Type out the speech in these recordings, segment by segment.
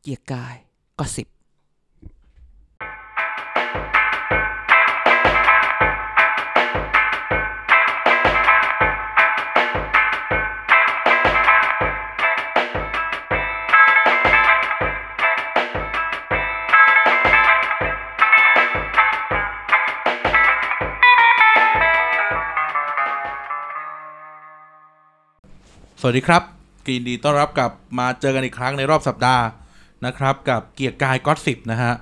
เกียร์กายก็สิบ สวัสดีครับกรีนดีต้อนรับกลับมาเจอกันอีกครั้งในรอบสัปดาห์นะครับ กับเกียร์กายก็อตสิบนะฮะ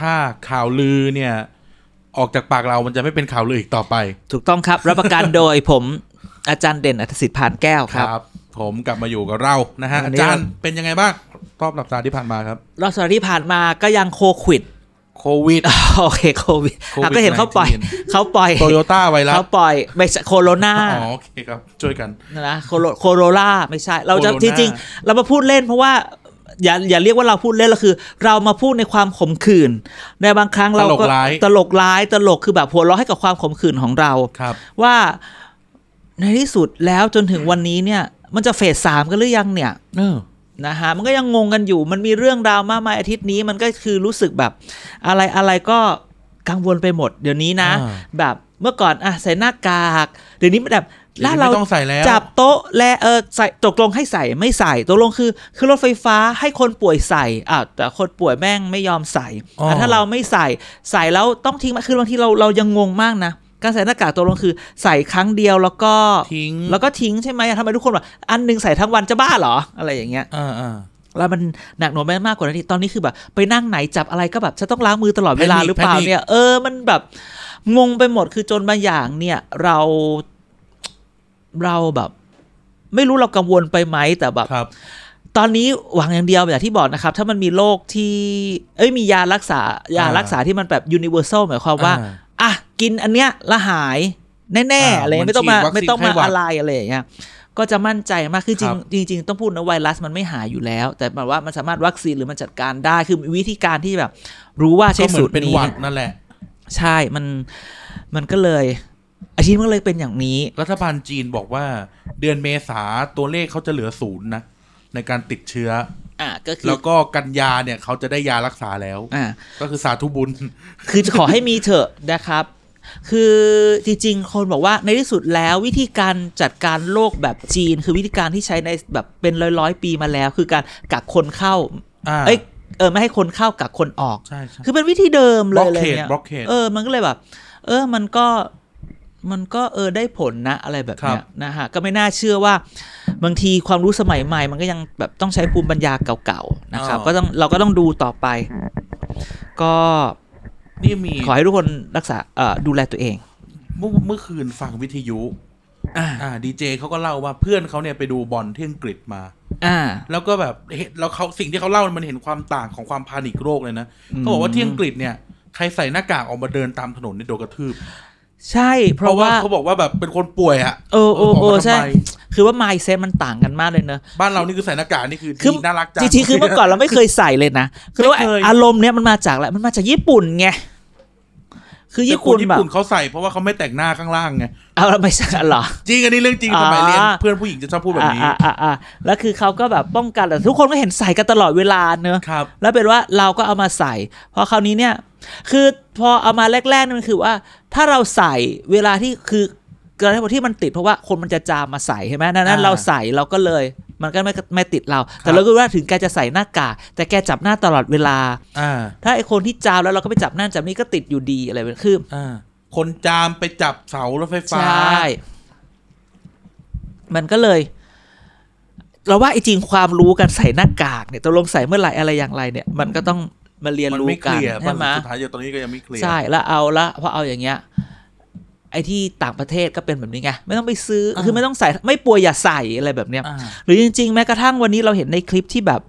ถ้าข่าวลือเนี่ย ออกจากปากเรามันจะไม่เป็นข่าวลืออีกต่อไป ถูกต้องครับ รับประกันโดยผม อาจารย์เด่นอัธสิทธิ์พานแก้วครับ ผมกลับมาอยู่กับเรานะฮะ วั อาน นี้ จารย์เป็นยังไงบ้างรอบสัปดาห์ที่ผ่านมาครับ รอบสัปดาห์ที่ผ่านมาก็ยังโควิด โควิด โอเคโควิด โควิด อ่ะก็เห็นเขาปล่อย 19 เขาปล่อย โตโยต้าไวรัส เขาปล่อยไม่ใช่โคโรนา อ๋อโอเคครับ ช่วยกัน นะโคโรโคโรล่าไม่ใช่ เราจะ โคโร จ นา ริงๆ เรามาพูดเล่นเพราะว่า อย่าอย่าเรียกว่าเราพูดเล่นเราคือ เรามาพูดในความขมขื่นในบางครั้ง ต เรา ลก ก็ ร้าย ตลกร้ายตลกคือแบบหัวเราะให้กับความขมขื่นของเรา ครับ ว่าในที่สุดแล้วจนถึงวันนี้เนี่ย มันจะเฟสสามกันหรือยังเนี่ย เออ นะฮะมันก็ยังงงกันอยู่ มันมีเรื่องราวมากมายอาทิตย์นี้มันก็คือรู้สึกแบบ อะไรอะไรก็กังวลไปหมด เดี๋ยวนี้นะ อ่า แบบเมื่อก่อนอ่ะใส่หน้ากากเดี๋ยวนี้มันแบบ เดี๋ยวนี้ไม่ต้องใส่แล้ว จับโต๊ะและเออใส่ตกลงให้ใส่ไม่ใส่ตกลงคือคือรถไฟฟ้าให้คนป่วยใส่อ้าวแต่คนป่วยแม่งไม่ยอมใส่ อ๋อ ะถ้าเราไม่ใส่ใส่แล้วต้องทิ้งมันคือบางทีเราเรายังงงมากนะ การใส่หน้ากากตกลงคือใส่ครั้งเดียวแล้วก็ ทิ้ง แล้วก็ทิ้งใช่ไหมทำไมทุกคนแบบอันหนึงใส่ทั้งวันจะบ้าเหรออะไรอย่างเงี้ย อ่าอ่า แล้วมันหนักหน่วงไปมากกว่านั้นอีกตอนนี้คือแบบ ไปนั่งไหนจับอะไรก็แบบจะต้องล้างมือตลอดเวลา Panic, หรือเปล่า panic เนี่ย เออมันแบบงงไปหมดคือจนบางอย่างเนี่ย เราเราแบบ ไม่รู้เรากังวลไปไหมแต่แบบ ครับ ตอนนี้หวังอย่างเดียวอย่างที่บอกนะครับ ถ้ามันมีโรคที่เอ้ยมียารักษายา อ่ารั รักษาที่มันแบบ universal หมายความว่า อ่า อ่ะกินอันเนี้ยและหายแน่ๆ อ่า อะไร เหมือน ไม่ต้องมา ฉีดวัคซีน ไม่ต้อง ไข้ มา หวัด อะไรอะไรอย่างเงี้ยก็จะมั่นใจมากคือจ ครับ ริงจริง ๆ ต้องพูดนะไวรัสมันไม่หายอยู่แล้ว แต่หมายว่ามันสามารถวัคซีนหรือมันจัดการได้คือมีวิธีการที่แบบ รู้ว่า ก็ ใช้ เหมื สู อ ต น ร เป็น นี้ หวัดนั่นแหละ ใช่มันมันก็เลยอาชีพมันก็เลยเป็นอย่างนี้ รัฐบาลจีนบอกว่าเดือนเมษาตัวเลขเขาจะเหลือศูนย์นะ ในการติดเชื้อ อ่ะก็คือ แล้วก็กันยาเนี่ยเขาจะได้ยารักษาแล้ว อ่า ก็คือสาธุบุญ คือ ขอให้มีเถอะนะครับ คือจริงๆ คนบอกว่าในที่สุดแล้ววิธีการจัดการโรคแบบจีน คือวิธีการที่ใช้ในแบบเป็นร้อยร้อยๆปีมาแล้ว คือการกักคนเข้า อ่า เอ้ยเออไม่ให้คนเข้ากักคนออก ใช่ใช่ คือเป็นวิธีเดิมเลย Blockade เลยเนี่ย Blockade เออ มันก็เลยแบบ เออ มันก็ มันก็เออได้ผลนะอะไรแบบ ครั เนี้ย บ นะฮะ ก็ไม่น่าเชื่อว่า บางทีความรู้สมัยใหม่ มันก็ยังแบบต้องใช้ภูมิปัญญาเก่าๆ นะครับ ก็ต้องเราก็ต้องดูต่อไป ก็ นี่มี ขอให้ทุกคนรักษาเอ่อดูแลตัวเอง เมื่อเมื่อคืนฟังวิทยุอ่าดีเจเขาก็เล่าว่าเพื่อนเขาเนี่ยไปดูบอลที่อังกฤษมา อ่า แล้วก็แบบเห็นแล้วเขาสิ่งที่เขาเล่ามันเห็นความต่างของความพานิคโรคเลยนะเขาบอกว่าที่อังกฤษเนี่ยใครใส่หน้ากากออกมาเดินตามถนนเนี่ยโดนกระทืบ ใช่เพราะว่า เขาบอกว่าแบบเป็นคนป่วยอะ เออเออเอ บอก อ ว่าทำ ใช่ ไม คือว่า mindset มันต่างกันมากเลยเนอะ บ้านเรานี่คือใส่หน้ากากนี่คือ คือ ดีน่ารักจัง จริงๆคือเมื่อก่อนเราไม่เคยใส่เลยนะ คือว่า ไม่เคย อารมณ์เนี้ยมันมาจากอะไรมันมาจากญี่ปุ่นไงคือ แต่ ญี่ คน ปุ่น ญี่ แบบ ปุ่นเขาใส่เพราะว่าเขาไม่แต่งหน้าข้างล่างไง เอาเราไม่ใช่เหรอ จริงอันนี้เรื่องจริงสมัย อ่า เรียนเพื่อนผู้หญิงจะชอบพูดแบบนี้ อ่าอ่าอ่าแล้วคือเขาก็แบบป้องกันแต่ทุกคนก็เห็นใส่กันตลอดเวลาเนอะ ครับ แล้วเป็นว่าเราก็เอามาใส่ เพราะคราวนี้เนี่ย คือพอเอามาแรกๆนี่มันคือว่า ถ้าเราใส่เวลาที่คือกระทั่งที่มันติดเพราะว่าคนมันจะจามมาใส่ใช่ไหมดังนั้น อ่า เราใส่เราก็เลย มันก็ไม่ไม่ติดเรา แต่ ครับ เราก็รู้ว่าถึงแกจะใส่หน้ากากแต่แกจับหน้าตลอดเวลา อ่า ถ้าไอคนที่จามแล้วเราก็ไปจับหน้าจับนี่ก็ติดอยู่ดีอะไรแบบนี้คือ อ่าคนจามไปจับเสารถไฟ ใช ฟ้า ่ มันก็เลย เราว่าไอจริงความรู้การใส่หน้ากากเนี่ยตกลงใส่เมื่อไหร่อะไรอย่างไรเนี่ย มันก็ต้องมาเรียน มัน รู้ ไม่เค กัน ลียร์ ใช่ไหม สุดท้ายเดี๋ยวตอนนี้ก็ยังไม่เคลียร์ ใช่แล้วเอาละพอเอาอย่างเงี้ยไอ้ที่ต่างประเทศก็เป็นแบบนี้ไงไม่ต้องไปซื้ออา คือไม่ต้องใส่ไม่ป่วยอย่าใส่อะไรแบบเนี้ย อ่า หรือจริงๆ แม้กระทั่งวันนี้เราเห็นในคลิปที่แบบ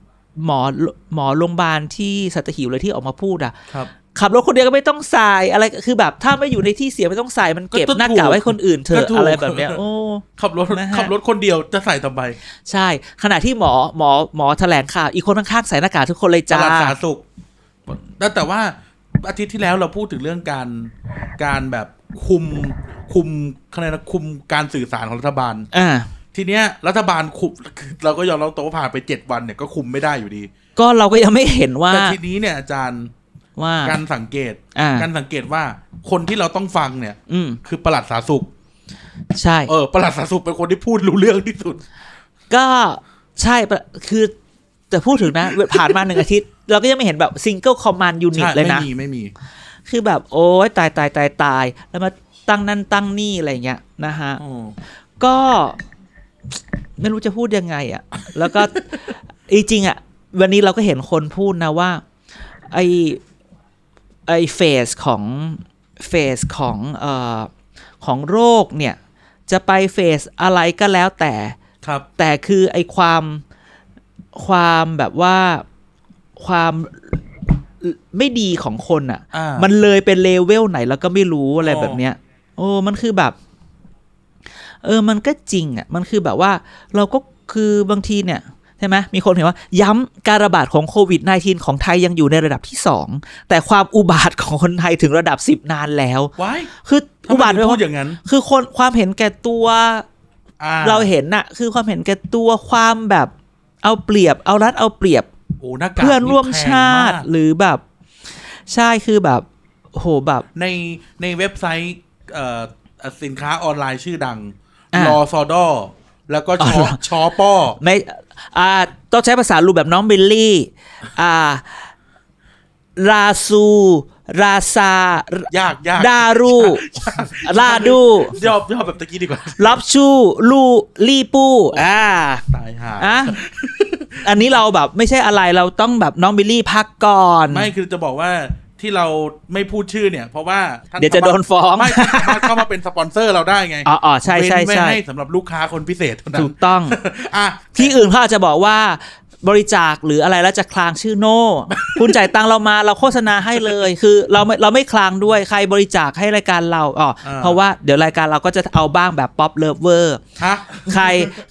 หมอหมอโรงพยาบาลที่สัตหิวเลยที่ออกมาพูดอ่ะ ครับ ขับรถคนเดียวก็ไม่ต้องใส่อะไรคือแบบถ้าไม่อยู่ในที่เสียไม่ต้องใส่มันเก็บ ก็ถูก หน้ากากไว้คนอื่นเถ ก็ อะ ถูก อะไรแบบเนี้ยโอ้ ขับรถ นะฮะ ขับรถคนเดียวจะใส่ทำไม ใช่ ขณะที่หมอหมอหมอแถลงข่าวอีกคนข้างๆใส่หน้ากากทุกคนเลย ต จ้า ลาดสาธารณสุขแต่แต่ว่าอาทิตย์ที่แล้วเราพูดถึงเรื่องการการแบบคุมคุมคะแนนนะคุมการสื่อสารของรัฐบาล อ่า ท ทีเนี้ยรัฐบาลคุมเราก็ยอมรับตรงว่าผ่านไปเจ็ดวันเนี่ยก็คุมไม่ได้อยู่ดี ก็เราก็ยังไม่เห็นว่า แต่ทีนี้เนี่ยอาจารย์ ว่า การสังเกต อ่า การสังเกตว่าคนที่เราต้องฟังเนี่ย อืม คือประหลัดสาธารณสุข ใช่ เออประหลัดสาธารณสุขเป็นคนที่พูดรู้เรื่องที่สุด ก็ใช่ปะคือแต่พูดถึงนะ ผ่านมาหนึ่งอาทิตย์ เราก็ยังไม่เห็นแบบซิงเกิลคอมมานด์ยูนิต ใช่ เลยนะ ไม่มีไม่มี คือแบบโอ้ยตายตายตายตาย แล้วมาตั้งนั่นตั้งนี่อะไรอย่างเงี้ยนะฮะ อ๋อ ก็ ไม่รู้จะพูดยังไงอะ่ะ แล้วก็ จริงๆอะ่ะ วันนี้เราก็เห็นคนพูดนะว่า ไอไอเฟสของเฟสของเอ่อของโรคเนี่ย จะไปเฟสอะไรก็แล้วแต่ ครับ แต่คือไอความความแบบว่าความไม่ดีของคนอ่ะ อ่า มันเลยเป็นเลเวลไหนแล้วก็ไม่รู้อะไร อ๋อ แบบเนี้ย โอ้ มันคือแบบ เออ มันก็จริงอ่ะ มันคือแบบว่า เราก็คือบางทีเนี่ย ใช่ไหมมีคนเห็นว่า ย้ำการระบาดของโควิด -19 ของไทยยังอยู่ในระดับที่สองแต่ความอุบาทของคนไทยถึงระดับสิบนานแล้ว ไว้ คือ ทำ อุ ไม บาท ถึง ไว้ พูดอ ว่า ย่างนั้น คือคนความเห็นแก่ตัว อ่ เราเห็นน่ะ คือความเห็นแก่ตัวความแบบเอาเปรียบ เอารัดเอาเปรียบ โอ้หน้ากาก เพื่อนร่วมชาติ แพงมก หรือแบบ ใช่คือแบบโหแบบ ในในเว็บไซต์เอ่อสินค้าออนไลน์ชื่อดัง อ่าร อซอดอแล้วก็ชอ อ๋อเหรอ ชอป้อ ไม่อ่าต้องใช้ภาษารูปแบบน้องบิลลี่ อ่า ราซู ราซา ยากยาก ดารูลาดู ยอบยอบแบบตะกี้ดีกว่า รับชูลูลี่ปูอ่า ตายห่า อ่ะ อันนี้เราแบบไม่ใช่อะไรเราต้องแบบน้องบิลลี่พักก่อน ไม่คือจะบอกว่าที่เราไม่พูดชื่อเนี่ย เพราะว่าท่าน เดี๋ยวจะโดนฟ้อง ไม่ท่านสามารถเข้ามาเป็นสปอนเซอร์เราได้ไง อ๋ออ๋อใช่ใช่ เว้นไว้ ใช่ ห้สำหรับลูกค้าคนพิเศษเท่านั้ ถู น กต้อง อ่ะ ที่อื่นเขาอาจจะบอกว่าบริจาคหรืออะไรแล้วจะคลางชื่อโน่ คุณจ่ายตังเรามาเราโฆษณาให้เลย คือเราไม่เราไม่คลางด้วยใครบริจาคให้รายการเราอ๋อ อ่า เพราะว่าเดี๋ยวรายการเราก็จะเอาบ้างแบบป๊อปเลิฟเวอร์ ฮะ ใคร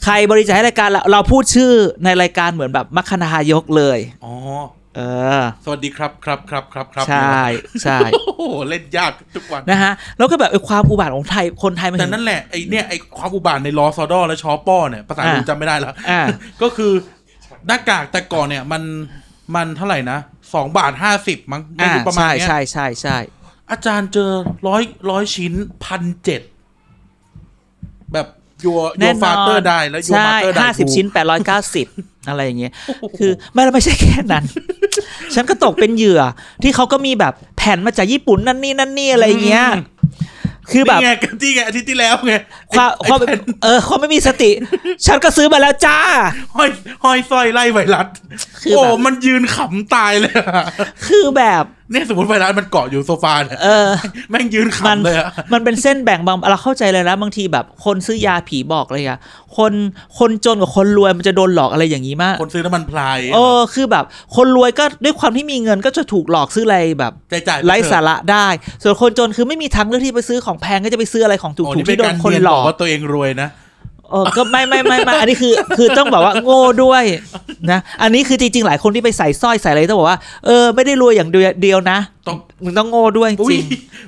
ใครบริจาคให้รายการเราเราพูดชื่อในรายการเหมือนแบบมัคคณายกเลย อ๋อ เออ สวัสดีครับครับครับครับครับ ใช่ใช่ โอ้โหเล่นยากทุกวัน นะฮะแล้วก็แบบไอ้ความอุบาทของไทยคนไทยมัน แต่ เห็น นั่นแหละไอเนี่ยไอความอุบาทในลอซอดอและชอป้อเนี่ยภาษา อ่า ผมจำไม่ได้แล้ว อ่า ก็คือหน้ากากแต่ก่อนเนี่ยมันมันเท่าไหร่นะสองบาทห้าสิบมั้งไม่ อ่า รู้ประมาณ ใช่ เนี้ย ใช่ใช่ใช่ อาจารย์เจอร้อยร้อยชิ้นพันเจ็ดแบบยัวยั แน่ วน ฟา อน เตอร์ได้แล้วยัว ใช่ มาเตอร์ได้ ห้าสิบชิ้นแปดร้อยเก้า สิบอะไรอย่างเงี้ย คือไม่ไม่ใช่แค่ นั้น ฉันก็ตกเป็นเหยื่อ ที่เขาก็มีแบบแผ่นมาจากญี่ปุ่นนั่นนี่นั่นนี่อะไรเงี้ย คือแบบ นี่ไง กันที่ไงอาทิตย์ที่แล้วไง ความ ไอ้ ความ ไอ้แผ่น เออความไม่มีสติ ฉันก็ซื้อมาแล้วจ้า ห้อยห้อยสร้อยไล่ไวรัส คือแบบ โอ้มันยืนขำตายเลยอะ คือแบบ เนี่ยสมมติไวรัสมันเกาะอยู่โซฟาเนี่ย เออ แม่งยืน มัน ขำเลยอะ มันเป็นเส้นแบ่งบางเราเข้าใจเลยนะบางทีแบบ คนซื้อยาผีบอกเลยอะคนคนจนกับคนรวยมันจะโดนหลอกอะไรอย่างนี้มาก คนซื้อน้ำมันพลาย เออคือแบบ คนรวยก็ด้วยความที่มีเงินก็จะถูกหลอกซื้ออะไรแบบ ใจจ่ายปเถอะ ไร้สาระได้ ส่วนคนจนคือไม่มีทางเลือกที่ไปซื้อของแพงก็จะไปซื้ออะไรของถู โอ้นี่ กๆที่โดเป็นการ น ค คน น ห ห ล ลอ อก ก ว่าตัวเองรวยนะ เออก็ไม่ไม่ไม่ไม่อันนี้คือ คือต้องบอกว่าโง่ด้วยนะอันนี้คือจริงๆหลายคนที่ไปใส่สร้อยใส่อะไรต้องบอกว่าเออไม่ได้รวยอย่างเดียวเดียวนะ ต้อง มึงต้องโง่ด้วยจ อุ้ย ริง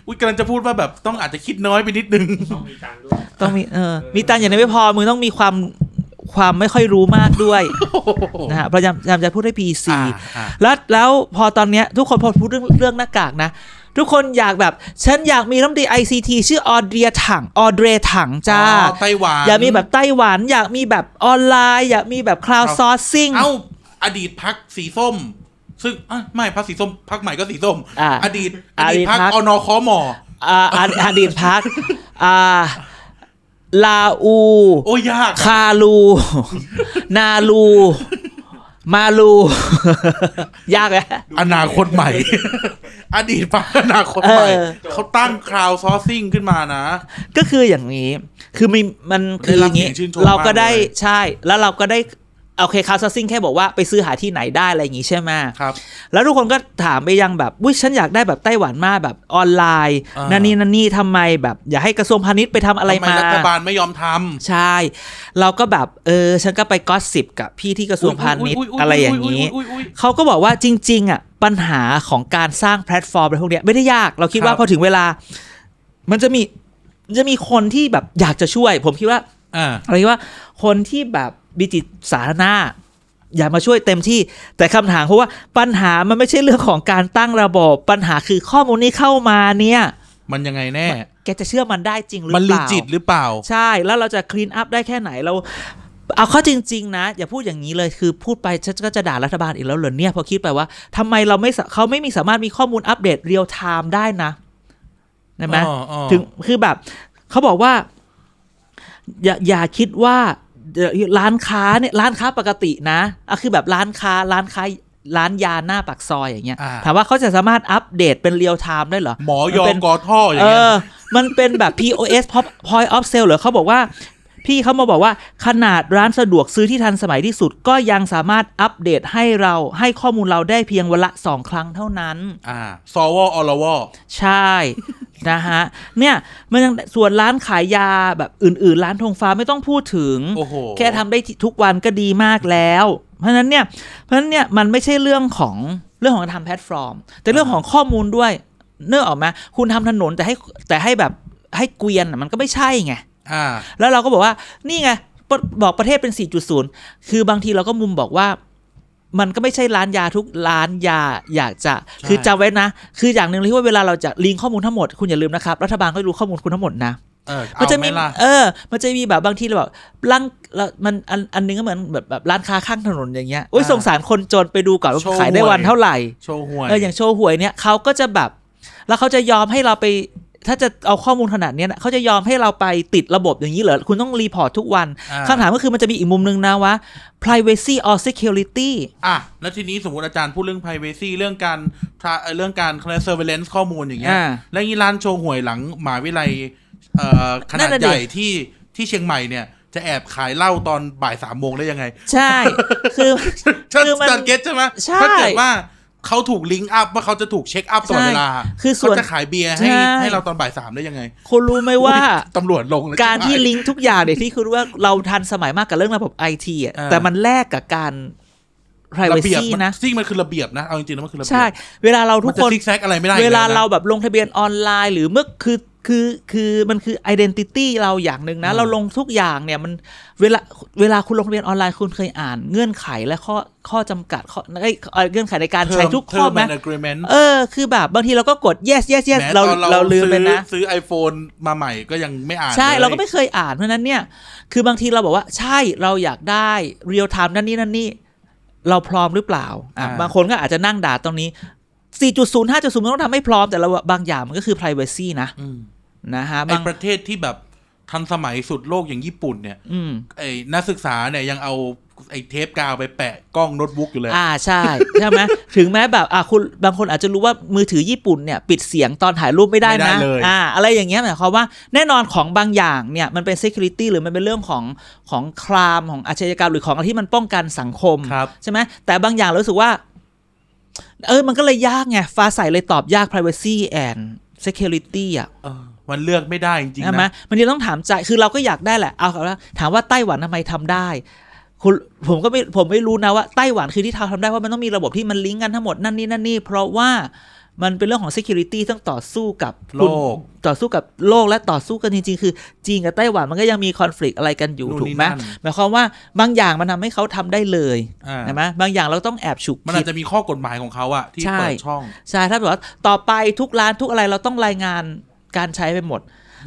อุ้ยกำลังจะพูดว่าแบบต้องอาจจะคิดน้อยไปนิดนึง ต้องมีตังค์ด้วย ต้องมีเออมีตังค์อย่างนี้ไม่พอมึงต้องมีความความไม่ค่อยรู้มากด้วยนะฮะพยายามพยายามจะพูดให้พีซี อ่าอ่า แล้วแล้วพอตอนเนี้ยทุกคนพอพูดเรื่องเรื่องหน้ากากนะ ทุกคนอยากแบบ ฉันอยากมีรัฐมนตรีไอซีทีชื่อออเดรียถังออเดรถังจ้า อ๋อไต้หวัน อยากมีแบบไต้หวัน อยากมีแบบออนไลน์ อยากมีแบบคลาวด์ซอร์ซิ่ง เอ้าอดีตพักสีส้ม ซึ่งอ่ะไม่พักสีส้มพักใหม่ก็สีส้ม อ่า ดีตออดีตดีตพร พั ร ก ค อนอคอมอ อ่าอ่าอดีตพักอ่าลาอู โอ้ยยาก คาลู นาลู มาลู ยากไหม อนาคตใหม่ อดีตพักอนาคตใหม่ เออ เขาตั้งคราวซอซิ่งขึ้นมานะ ก็คืออย่างนี้ คือมีมันคืออย่างนี้ ได้รับเสียงชื่นชม เราก็ได้ มากเลย ใช่ แล้วเราก็ได้โอเคคาซัสซิ่งแค่บอกว่าไปซื้อหาที่ไหนได้อะไรอย่างงี้ใช่ไหม ครับ แล้วทุกคนก็ถามไปยังแบบอุ้ยฉันอยากได้แบบไต้หวันมากแบบออนไลน์ อ่านั่ นั่นนี่นั่นนี่ทำไมแบบ อย่าให้กระทรวงพาณิชย์ไปทำอะไร ทำไม มา รัฐบาลไม่ยอมทำ ใช่ เราก็แบบเออฉันก็ไปกอสซิบกับพี่ที่กระทรวงพาณิชย์อะไรอย่างนี้ นี้ เขาก็บอกว่าจริง ๆ อ่ะ ปัญหาของการสร้างแพลตฟอร์มอะไรพวกเนี้ยไม่ได้ยาก เราคิด ครับ ว่าพอถึงเวลา มันจะมีจะมีคนที่แบบอยากจะช่วย ผมคิดว่า อ่า อะไรว่าคนที่แบบมีจิตสาธารณะอย่ามาช่วยเต็มที่ แต่คำถามเพราะว่าปัญหามันไม่ใช่เรื่องของการตั้งระบบ ปัญหาคือข้อมูลนี้เข้ามาเนี่ย มันยังไงแน่ แกจะเชื่อมันได้จริงหรือ มัน เป ลิ ล่า จิตหรือเปล่า ใช่แล้วเราจะคลีนอัพได้แค่ไหนเรา เอาเข้อจริง ๆ นะ อย่าพูดอย่างนี้เลยคือพูดไปฉันก็จะด่ารัฐบาลอีกแล้วเหรอเนี่ยพอคิดไปว่าทำไมเราไม่สะเขาไม่มีสามารถมีข้อมูลอัปเดตเรียลไทม์ได้นะใช่ไหม อ๋ออ๋อ ถึงคือแบบเขาบอกว่า อย่าอย่าคิดว่าเอ่อร้านค้าเนี่ยร้านค้าปกตินะอะคือแบบร้านค้าร้านค้าร้านยาหน้าปากซอยอย่างเงี้ย อ่า ถามว่าเขาจะสามารถอัปเดตเป็นเรียลไทม์ได้เหรอ หมอยมันอเป็น กอท่ออย่า เอง เงี้ย อ มันเป็นแบบ POS Pop Point of Sale เหรอเขาบอกว่า พี่เขามาบอกว่าขนาดร้านสะดวกซื้อที่ทันสมัยที่สุด ก็ยังสามารถอัปเดตให้เราให้ข้อมูลเราได้เพียงวันละสองครั้งเท่านั้น อ่าซอวออลวอ ใช่ นะฮะ เนี่ยมันยังส่วนร้านขายยาแบบอื่น ๆ ร้านธงฟ้าไม่ต้องพูดถึง โอ้โห แค่ทำได้ทุกวันก็ดีมากแล้ว เพราะฉะนั้นเนี่ยเพราะฉะนั้นเนี่ยมันไม่ใช่เรื่องของเรื่องของการทำแพลตฟอร์ม แต่เรื่องของข้อมูลด้วยเนื้อออกไหมาคุณทำถนนแต่ให้แต่ให้แบบให้เกวียนน่ะมันก็ไม่ใช่ไง อ่า แล้วเราก็บอกว่านี่ไงปบอกประเทศเป็น 4.0 คือบางทีเราก็มุมบอกว่า มันก็ไม่ใช่ร้านยาทุกร้านยาอยากจะ ใช่ คือจำไว้นะ คืออย่างหนึ่งเลยที่ว่าเวลาเราจะลิงก์ข้อมูลทั้งหมด คุณอย่าลืมนะครับ รัฐบาลก็รู้ข้อมูลคุณทั้งหมดนะ เออ มั เอา จะ ไห มี ม่ล่ะ เออ มันจะมีแบบบางทีเราแบบร้านเรามันอันอันหนึงก็เหมือนแบบแบบร้านค้าข้างถนนอย่างเงี้ยโอ้ย อ่า สงสารคนจนไปดูก่อนว่า โชว์ ขายได้ หวย วันเท่าไหร่ โชว์ห่วย เอออย่างโชว์หวยเนี่ยเขาก็จะแบบ แล้วเขาจะยอมให้เราไป ถ้าจะเอาข้อมูลขนาดเนี้ยนะเขาจะยอมให้เราไปติดระบบอย่างนี้เหรอ คุณต้องรีพอร์ตทุกวัน อ่ คำถามก็คือมันจะมีอีกมุมหนึงนะว่า privacy or security อ่ะแล้วทีนี้สมมติอาจารย์พูดเรื่อง privacy เรื่องการ tra- เอ่อเรื่องการ surveillance ข้อมูลอย่างเงี้ย อ่า แล้วงี้ร้านโชว์ห่วยหลังหมหาวิทยาลัยเอ่อข นั่นนาดน่ะดิ ใหญ่ที่ที่เชียงใหม่เนี่ย จะแอบขายเหล้าตอนบ่ายสามโมงได้ยังไง ใช่ คือ ฉัน คือมัน จันเก็ตใช่ไหม ใช่ ถ้าเกิดว่าเขาถูกลิงก์อัพว่าเขาจะถูกเช็คอัพตลอดเวลา ใช่คือส่ เขา วน จะขายเบียร์ให้ ใช่ ให้เราตอนบ่ายสามได้ยังไง คุณรู้ไหมว่า อุ๊ยตำรวจลงเลย การที่ ใช่ไหม ลิงก์ทุกอย่างเนี่ยที่คุณรู้ว่าเราทันสมัยมากกับเรื่องระบบไอทีอ่ะ อ่า แต่มันแลกกับการ ระเบียบ privacy มั นะ ซิ่งมันคือระเบียบนะ เอาจริงๆแล้วมันคือระเบี ใช่ บ เวลาเราทุ มั ก นจะ คน ซิกแซกอะไรไม่ได้ เวลาเรา อยู่แ แบบลงทะเบียนออนไลน์หรือเมื่อคือคือคือมันคือ identity เราอย่างหนึ่งนะ อืม เราลงทุกอย่างเนี่ยมันเวลาเวลาคุณลงทะเบียนออนไลน์คุณเคยอ่านเงื่อนไขและข้อข้อจำกัดข้อเอ้ยเอ่อเงื่อนไขในการ ล้วนะ ใช้ทุกข้อ Term ไหม and agreement เออ คือแบบบางทีเราก็กด yes yes yes แม้ เรา ตอน เราลืมไปนะ ซื้อไอโฟนมาใหม่ก็ยังไม่อ่าน ใช่ ลย เราก็ไม่เคยอ่านเพราะฉะนั้นเนี่ย คือบางทีเราบอกว่าใช่เราอยากได้เรียลไทม์นั่นนี่นั่นนี่ เราพร้อมหรือเปล่าอ่ะบางคนก็อาจจะนั่งด่าตรงนี้ 4.0 5.0มันต้องทำให้พร้อมแต่เราบางอย่างมันก็คือ privacy นะ อืม นะไอบฮะาง ประเทศที่แบบทันสมัยสุดโลกอย่างญี่ปุ่นเนี่ย อืม ไอนักศึกษาเนี่ยยังเอาไอเทปกาวไปแปะกล้องโน้ตบุ๊กอยู่เลย อ่าใช่ ใช่ไหมถึงแม้แบบอ่าคุณบางคนอาจจะรู้ว่ามือถือญี่ปุ่นเนี่ย ปิดเสียงตอนถ่ายรูปไม่ได้ ไม่ได้ นะ เลย อ่า อะไรอย่างเงี้ยหมายความว่าแน่นอนของบางอย่างเนี่ย มันเป็น security หรือมันเป็นเรื่องของของครามของอาชญากรรมหรือของอะไรที่มันป้องกันสังคม ครับ ใช่ไหมแต่บางอย่างเรารู้สึกว่า เออ มันก็เลยยากไง ฟ้าใสเลยตอบยาก privacy and security อ่ะ เออมันเลือกไม่ได้จริง ใช่ ๆ ไหม นะ มันจะต้องถามใจ คือเราก็อยากได้แหละ เอาละถามว่าไต้หวันทำไมทำได้ คุณผมก็ไม่ผมไม่รู้นะว่าไต้หวันคือที่ทำทำได้เพราะมันต้องมีระบบที่มันลิงก์กันทั้งหมดนั่นนี่นั่นนี่เพราะว่ามันเป็นเรื่องของ security ต้องต่อสู้กับ โลก ต่อสู้กับโลกและต่อสู้กันจริงๆ คือจีนกับไต้หวันมันก็ยังมีคอน FLICT อะไรกันอยู่ นู่น ถูก นี่ ไหม นั่น หมายความว่าบางอย่างมันทำให้เขาทำได้เลย อ่า ใช่ไหมบางอย่างเราต้องแอบฉุก มัน คิ อา ด จจะมีข้อกฎหมายของเขาอะที่ ใช่ เปิดช่อง ใช่ถ้าแบบว่าต่อไปทุกร้านทุกอะไรเราต้องรายงานการใช้ไปหมด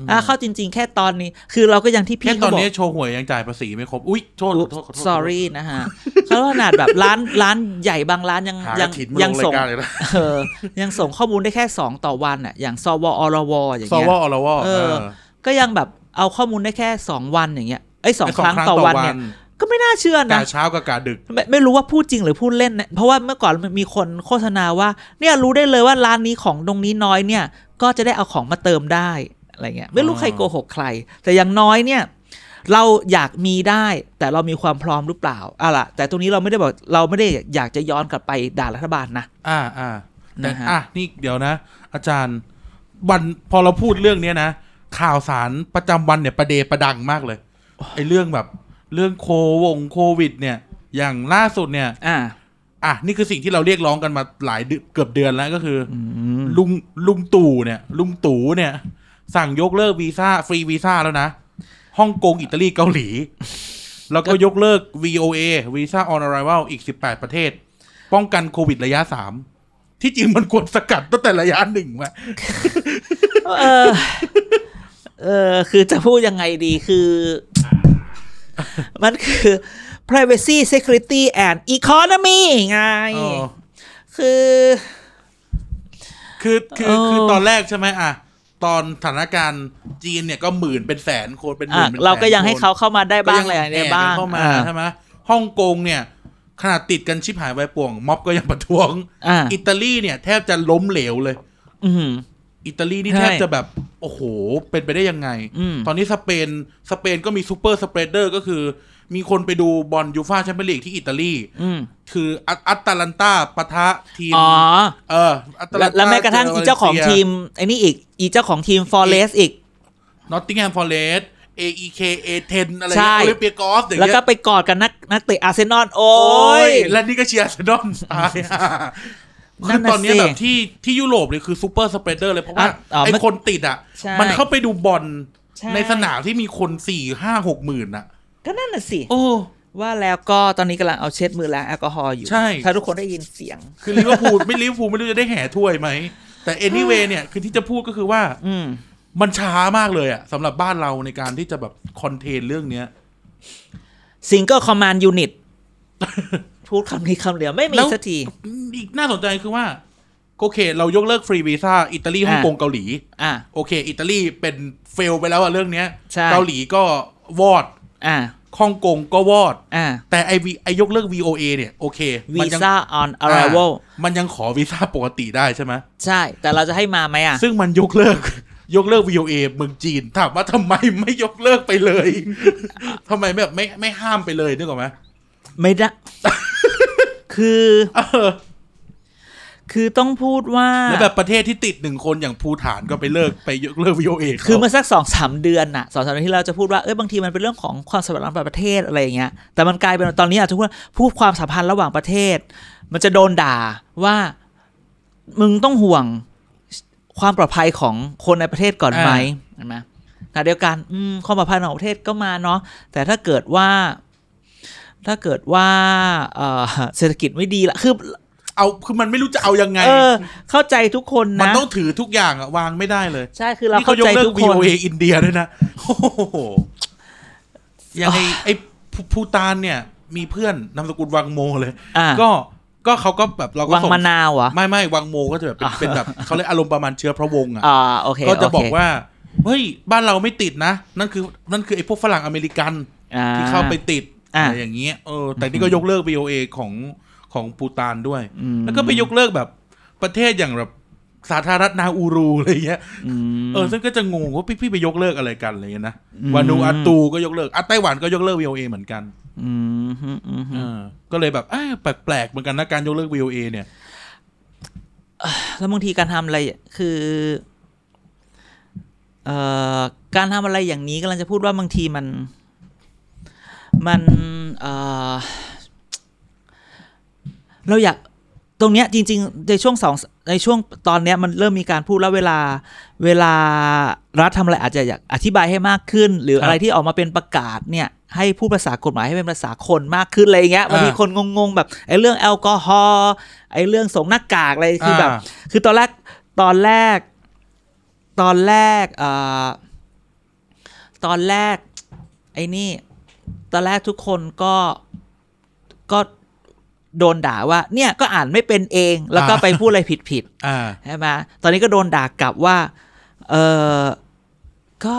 อ่ะเข้าจริง ๆ แค่ตอนนี้ คือเราก็ยังที่ แค่ พี่ ตอ เขา น บอก นี้โชว์หวยยังจ่ายภาษีไม่ครบ อุ๊ย โทษขอโทษขอโทษ sorry นะฮะเขาขนาดแบบร้านร้านใหญ่บางร้านยัง หา ยัง ถิ่นมาล ยัง ง รา ส่ง ยการเลยนะ เออยังส่งข้อมูลได้แค่ 2 ต่อวันอ่ะอย่างสวอรวอย่าง สว เงี้ย อลวอ เออ ก็ยังแบบเอาข้อมูลได้แค่ 2 วันอย่างเงี้ยไอ้ยสองครั้งต่อวันเนี่ยก็ไม่น่าเชื่อก า นะ รเช้ากับการดึก ไม่ไม่รู้ว่าพูดจริงหรือพูดเล่นนะเพราะว่าเมื่อก่อนมันมีคนโฆษณาว่า เนี่ยรู้ได้เลยว่าร้านนี้ของตรงนี้น้อยเนี่ย ก็จะได้เอาของมาเติมได้อะไรเงี้ยไม่รู้ อ๋อ ใครโกหกใคร แต่อย่างน้อยเนี่ย เราอยากมีได้ แต่เรามีความพร้อมหรือเปล่าอ่ะล่ะแต่ตรงนี้เราไม่ได้บอกเราไม่ได้อยากจะย้อนกลับไปด่ารัฐบาลนะ อ่าอ่าแต่ นะฮะ อ่ะ นี่เดี๋ยวนะ อาจารย์วันพอเราพูดเรื่องเนี้ยนะ ข่าวสารประจำวันเนี่ยประเดประดังมากเลยไอ้เรื่องแบบเรื่องโควงโควิด เนี่ย อย่างล่าสุดเนี่ย อ่า อ่ะนี่คือสิ่งที่เราเรียกร้องกันมาหลายเดือนเกือบเดือนแล้วก็คืออลุงลุงตู่เนี่ย ลุงตู่เนี่ย สั่งยกเลิกวีซ่าฟรีวีซ่าแล้วนะ ฮ่องกง อิตาลี เกาหลี แล้วก็ยกเลิก VOA Visa on Arrival อีก 18 ประเทศ ป้องกันโควิดระยะ 3 ที่จริงมันควรสกัดตั้งแต่ระยะหนึ่งมา เออ เออ คือจะพูดยังไงดีคือ มันคือ privacy security and economy ไง คือ คือคือ เออ คือตอนแรกใช่ไหมอ่ะ ตอนสถานการณ์จีนเนี่ยก็หมื่นเป็นแสนคนเป็นห อ่ะ มื่นเป็นแสน เราก็ยังให้เขาเข้ามาได้ คน บ้าง ก็ เลย ยั ได้ แห่ บ้า กั ง นเข้ามา อ่ะ ใช่ไหมฮ่องกงเนี่ย ขนาดติดกันชิบหายไปป่วง ม็อบก็ยังประท้วง อ่ะ อิตาลีเนี่ย แทบจะล้มเหลวเลย อืม อิตาลีนี่ ใช่ แทบจะแบบ โอ้โห เป็นไปได้ยังไง อืม ตอนนี้สเปน สเปนก็มีซูเปอร์สเปรดเดอร์ก็คือ มีคนไปดูบอลยูฟ่าแชมเปี้ยนลีกที่อิตาลี อืม คืออัตอัตแลันตาปะทะทีม อ๋อ เอออัตแล และ นตา แล้วแม้กระทั่งอีเจ้าของ วลน ที ซีย มไอ้นี่อีก อีเจ้าของทีมฟอร์เรสอีก นอตติงแฮมฟอร์เรส AEK A10 อะไร ใช่ เงี้ยโอลิมเปียกอฟอย่าง แล้ว เงี้ ก็ ย ไปกอดกันนักนักเตะอาร์เซนอลโอ้ โอ้ ย ย และนี่ก็เชียร์อาร์เซน อนตายอ่ะ นั่ คือน น่ะสิ ตอนเนี้ยแบบที่ที่ยุโรปเนี่ยคือซูเปอร์สเปรดเดอร์เลยเพราะว่า อ่ะอ๋อ ไอ้ มัน คนติดอ่ะ ใช่ มันเข้าไปดูบอล ใช่ ในสนามที่มีคนสี่ห้าหกหมื่นอ่ะ ก็นั่นน่ะสิ โอ้ ว่าแล้วก็ตอนนี้กำลังเอาเช็ดมือล้างแอลกอฮอล์อยู่ ใช่ ถ้าทุกคนได้ยินเสียง คือลิเวอร์พูล ไม่ลิเวอร์พูลไม่รู้จะได้แห่ถ้วยไหม แต่ anyway เนี่ยคือที่จะพูดก็คือว่า อืม มันช้ามากเลยอ่ะสำหรับบ้านเราในการที่จะแบบคอนเทนเรื่องเนี้ย ซิงเกิลคอมมานด์ยู นิต พูดคำนี้คำเดียวไม่มี แล้ว สักที อีกน่าสนใจคือว่าโอเค เรายกเลิกฟรีวีซ่าอิตาลี อ่า ฮ่องกงเกาหลี อ่ะ โอเค อิตาลีเป็นเฟลไปแล้วอะเรื่องเนี้ย ใช่ เกาหลีก็วอด อ่ะ ฮ่องกงก็วอด อ่ะ แต่ไอวีไอยกเลิก VOA เนี่ยโอเค วี ยัง ซ่าออนอาราเวล อ่ามันยังขอวีซ่าปกติได้ใช่ไหม ใช่ แต่เราจะให้มาไหมอ่ะ ซึ่งมันยกเลิก ยกเลิก VOA เมืองจีน ถามว่าทำไมไม่ยกเลิกไป เลยทำไมแบบไม่ไม่ห้ามไปเลยนึกออกไหม ไม่ได้ คือ เออ คือต้องพูดว่า แล้วแบบประเทศที่ติดหนึ่งคนอย่างภูฐานก็ไปเลิกไปยกเลิก VOA เขา คือเมื่อสักสองสามเดือนน่ะสองสามเดือนที่เราจะพูดว่าเอ้ยบางทีมันเป็นเรื่องของความสัมพันธ์ระหว่างประเทศอะไรอย่างเงี้ยแต่มันกลายเป็นว่าตอนนี้อาจจะพูดว่าพูดความสัมพันธ์ระหว่างประเทศ มันจะโดนด่าว่ามึงต้องห่วงความปลอดภัยของคนในประเทศก่อนไหมเห็นไหมขณะเดียวกันอืมความปลอดภัยของประเทศก็มาเนาะแต่ถ้าเกิดว่า ถ้าเกิดว่าเอ่อเศรษฐกิจไม่ดีละคือ เอาคือมันไม่รู้จะเอายังไง เออ เข้าใจทุกคน มัน นะ ต้องถือทุกอย่างอะวางไม่ได้เลย ใช่คือเรา นี่ เข้าใจ ยลิ ทุกคน VOA อินเดียด้วยนะ โอ้โหยังไงไอ้ภูภูตานเนี่ย มีเพื่อนนามสกุลวังโมเลย อ่ะ ก็ก็เขาก็แบบเราก็ วัง ส่ง มะนาวเหรอ ไม่ไม่วังโมก็จะแบบเป็นเป็นแบบเขาเรียกอารมณ์ประมาณเชื้อพระวงศ์อะ อ่าโอเค ก็จะ โเค บอกว่าเฮ้ยบ้านเราไม่ติดนะ นั่นคือ นั่นคือไอ้พวกฝรั่งอเมริกัน อ่ ที่เข้าไปติด อ่า อะไรอย่างเงี้ยเออแต่นี่ก็ยกเลิก VOA ของของภูตานด้วย อืม แล้วก็ไปยกเลิกแบบประเทศอย่างแบบสาธารณรัฐนาอูรูอะไรเงี้ย อืม เออซึ่งก็จะงงว่าพี่พี่ไปยกเลิกอะไรกันอะไรเงี้ยนะ อืม วานูอาตูก็ยกเลิกอ่ะไต้หวันก็ยกเลิก VOA เหมือนกัน อืมฮึ่มอืมฮึ่ม เออก็เลยแบบอ่าแปลกๆเหมือนกันนะการยกเลิก VOA เนี่ย แล้วบางทีการทำอะไรคือเอ่อการทำอะไรอย่างนี้กำลังจะพูดว่าบางทีมัน มันเอ่อเราอยากตรงเนี้ยจริง ๆ ในช่วงสองในช่วงตอนเนี้ยมันเริ่มมีการพูดแล้วเวลา เวลารัฐทำอะไรอาจจะอยากอธิบายให้มากขึ้น หรือ ครับ อะไรที่ออกมาเป็นประกาศเนี่ย ให้ผู้ภาษากฎหมายให้เป็นภาษาคนมากขึ้นอะไรอย่างเงี้ย อ่า บางทีคนงงๆแบบไอ้เรื่องแอลกอฮอล์ไอ้เรื่องสงหน้ากากอะไรคืออา แบบ คือตอนแรกตอนแรก ตอนแรกเอ่อตอนแรก ไอ้นี่ ตอนแรกทุกคนก็ก็โดนด่าว่า เนี่ยก็อ่านไม่เป็นเอง แล้วก็ อ่า ไปพูดอะไรผิดผิดๆ อ่า ใช่ไหมตอนนี้ก็โดนด่ากลับว่า เออก็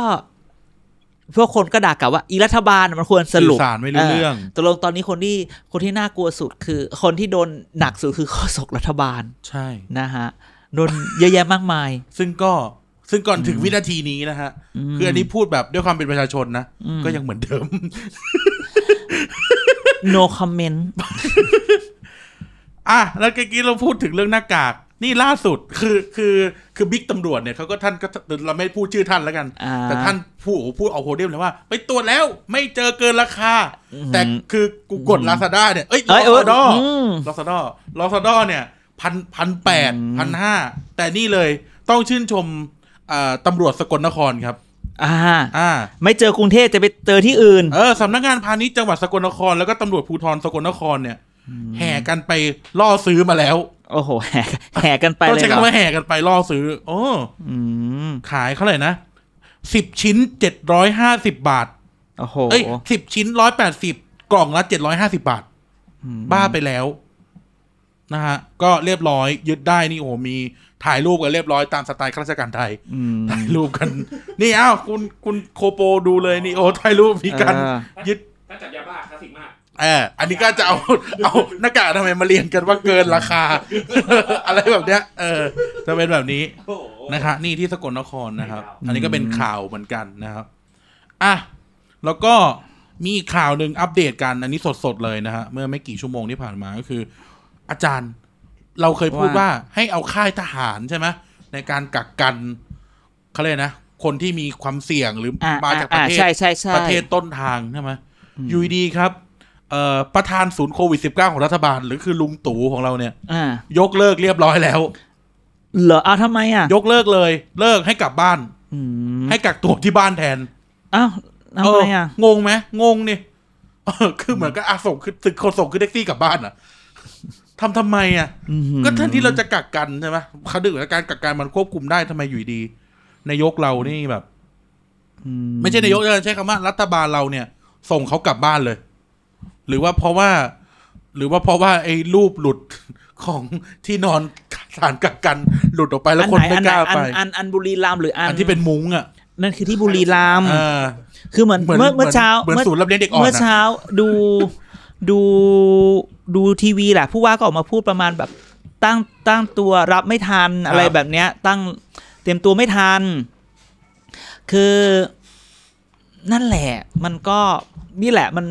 พวกคนก็ด่ากลับว่า อีรัฐบาลมันควรสรุป สื่อสารไม่รู้เรื่อง ตกลงตอนนี้คนที่คนที่น่ากลัวสุดคือ คนที่โดนหนักสุดคือข้อศกรัฐบาล ใช่ นะฮะ โดนเยอะแยะมากมาย ซึ่งก็ซึ่งก่อนถึงวินาทีนี้นะฮะ อืม คืออันนี้พูดแบบด้วยความเป็นประชาชนนะ อืม ก็ยังเหมือนเดิม no comment อ่ะแล้วเมื่อกี้เราพูดถึงเรื่องหน้ากาก นี่ล่าสุดคือคือคือบิ๊กตำรวจเนี่ยเขาก็ท่านก็เราไม่พูดชื่อท่านแล้วกัน อ่า แต่ท่านพูดโอ้โหพูดออกโพเดียมเลยว่า ไปตรวจแล้วไม่เจอเกินราคา อืม แต่คือกูกดลาซาด้าเนี่ยเอ้ย เอ้ ลาย เออ ซาด้า อืม ลาซาด้าลาซาด้าเนี่ยพันพันแปด อืม พันห้าแต่นี่เลยต้องชื่นชมอ่าตำรวจสกลนครครับ อ่า อ่า ไม่เจอกรุงเทพจะไปเจอที่อื่น เออสำนักงานพาณิชย์จังหวัดสกลนครแล้วก็ตำรวจภูธรสกลนครเนี่ย แห่กันไปล่อซื้อมาแล้ว โอ้โห แห่แห่กันไป ต้อง เลย ใช้ เหร คำ อ ว่าแห่กันไปล่อซื้อโอ้ อืม ขายเท่าไหร่นะสิบชิ้นเจ็ดร้อยห้าสิบบาท โอ้โห เอ้ยสิบชิ้นร้อยแปดสิบกล่องละเจ็ดร้อยห้าสิบาท อืม บ้าไปแล้ว นะฮะ ก็เรียบร้อย ยึดได้นี่โอ้โหมีถ่ายรูปกันเรียบร้อยตามสไตล์ข้าราชการไทย อืม ถ่ายรูปกัน นี่อ้าวคุณคุณโคโปดูเลยนี่โอ้ถ่ายรูปมีกัน เออ ยึด การจับยาบ้าคลาสสิกมาก เอออันนี้ก็จะเอาเอาหน้ากากทำไมยมาเรียนกันว่าเกินราค า อะไรแบบเนี้ย เออ จะเป็นแบบนี้ โอ้โห นะครับนี่ที่สกลนครนะครับ อืม อันนี้ก็เป็นข่าวเหมือนกันนะครับอ่ะแล้วก็มีอีกข่าวหนึ่งอัปเดตกัน อันนี้สดๆเลยนะฮะเมื่อไม่กี่ชั่วโมงที่ผ่านมาก็คือ อาจารย์เราเคยพูดว่าให้เอาค่ายทหารใช่ไหมในการกักกันเขาเลยกนะ คนที่มีความเสี่ยงหรือ อ่า มาจากประเทศ อ่าใช่ใช่ใช่ ประเทศต้นทางใช่ไหม อืม อยูดีๆครับเอ่อประธานศูนย์โควิด -19 ของรัฐบาล หรือคือลุงตู่ของเราเนี่ย อ่าย กเลิกเรียบร้อยแล้ว เหรออ้าวทำไมอ่ะ ยกเลิกเลย เลิกให้กลับบ้าน อืม ให้กักตัวที่บ้านแทน อ้าวทำไมอ่ะ เงงไหมงงนี่เออ คือเหมือนก็อาส่งคือตึกคนส่งขึ้นแท็กซี่กลับบ้านอ่ะ ทำทำไมอ่ะ ม ก็แท่านที่เราจะกักกันใช่ไหมเขาดื้อการกักกันมันควบคุมได้ทำไมอยู่ดีนายกเรานี่แบบ อื ไม่ใช่นายกเราใช้คำว่ารัฐบาลเราเนี่ย ส่งเขากลับบ้านเลย หรือว่าเพราะว่า หรือว่าเพราะว่าไอ้รูปหลุด ของที่นอน สารกักกัน หลุดออกไปแล้ว อัน คน ไหน ไม่ อันไหนกล้า อัน ไป อันอันบุรีรัมย์หรืออัน อันที่เป็นมุ้งอ่ะ นั่นคือที่บุรีรัมย์ เออ คือเหมือน เหมือน เมื่อเมื่อเช้า เหมือน เมื่อ ศูนย์รับเลี้ยงเด็กอ่อน เมื่อ อะ เช้าดูดูดูทีวีแหละผู้ว่าก็ออกมาพูดประมาณแบบตั้งตั้งตัวรับไม่ทันอะไรแบบเนี้ย ตั้งเตรียมตัวไม่ทัน คือนั่นแหละ มันก็นี่แหละมัน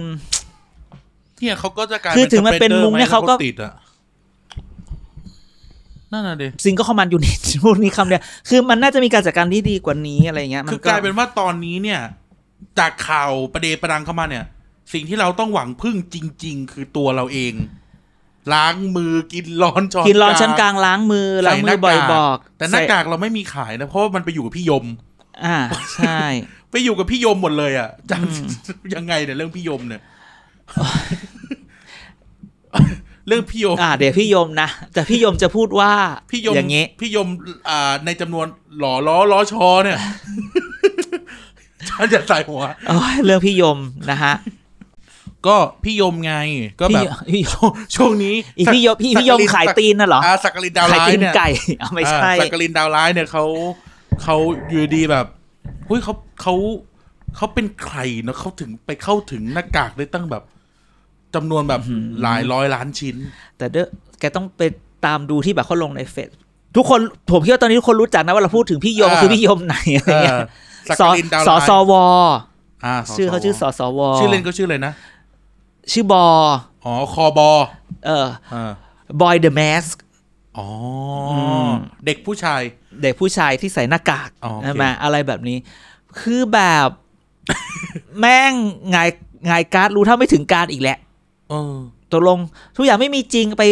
เนี่ยเขาก็จะกลาย คือถึงมันเป็นมุ้งเนี่ยเขาก็ สปดดอร์ไหมแล้วติดอะนั่นน่ะดิ ซิงก็คอมมานด์ยูนิต พูดนี้คำเดียวคือมันน่าจะมีการจัดการที่ดีกว่านี้อะไรเงี้ยมั คื น อกลายเป็นว่าตอนนี้เนี่ย จากข่าวประเดประดังเข้ามาเนี่ย สิ่งที่เราต้องหวังพึ่งจริง ๆ คือตัวเราเอง ล้างมือกินร้อนช้อน กินร้อนชั้นกลางล้างมือล้างมือบ่อยบอก แต่หน้ากากเราไม่มีขายนะ เพราะว่ามันไปอยู่กับพี่ยม อ่าใช่ ไปอยู่กับพี่ยมหมดเลยอ่ะ จัน อืม ยังไงเนี่ยเรื่องพี่ยมเนี่ย เรื่องพี่ยม อ่า เดี๋ยวพี่ยมนะแต่พี่ยมจะพูดว่า พี่ยม อย่างงี้ พี่ยมอ่าในจำนวนหล่อล้อล้อชอ เนี่ย ฉันจะใส่หัว โอ้ยเรื่องพี่ยมนะฮะ ก็พี่ยมไง ก็แบบ พี่ยม ช่วงนี้ อีพี่ยมพี่พี่ยมขายตีนน่ะเหรอ อ่าสักกลินดาว ขาย ร้าย ตีน เนี่ย ไก่ เอาไม่ใช่ อ่าสักกลินดาวร้ายเนี่ยเขาเขาอยู่ดีแบบเฮ้ยเขาเขาเขาเป็นใครเนาะเขาถึงไปเข้าถึงหน้ากากได้ตั้งแบบจำนวนแบบหลายร้อยล้านชิ้น แต่เด้อแกต้องไปตามดูที่แบบเขาลงในเฟซทุกคนผมคิดว่าตอนนี้ทุกคนรู้จักนะว่าเราพูดถึงพี่ยม อ่า คือพี่ยมไหนอะไร เอ เงี้ย อสัก ส กลินดาว ส ร้าย สว า ชื่อเขาชื่อสสว ชื่อเล่นก็ชื่อเลยนะ ชื่อบอ อ๋อคอบอ เออ อ่า บอยเดอะแมส อ๋ออ ม เด็กผู้ชาย เด็กผู้ชายที่ใส่หน้ากาก อ๋อโอเค ใช่ไหมอะไรแบบนี้ คือแบบ แม่งไงายไงายการ์ดรู้เท่าไม่ถึงการอีกแหละ เออ ตกลงทุกอย่างไม่มีจริงไป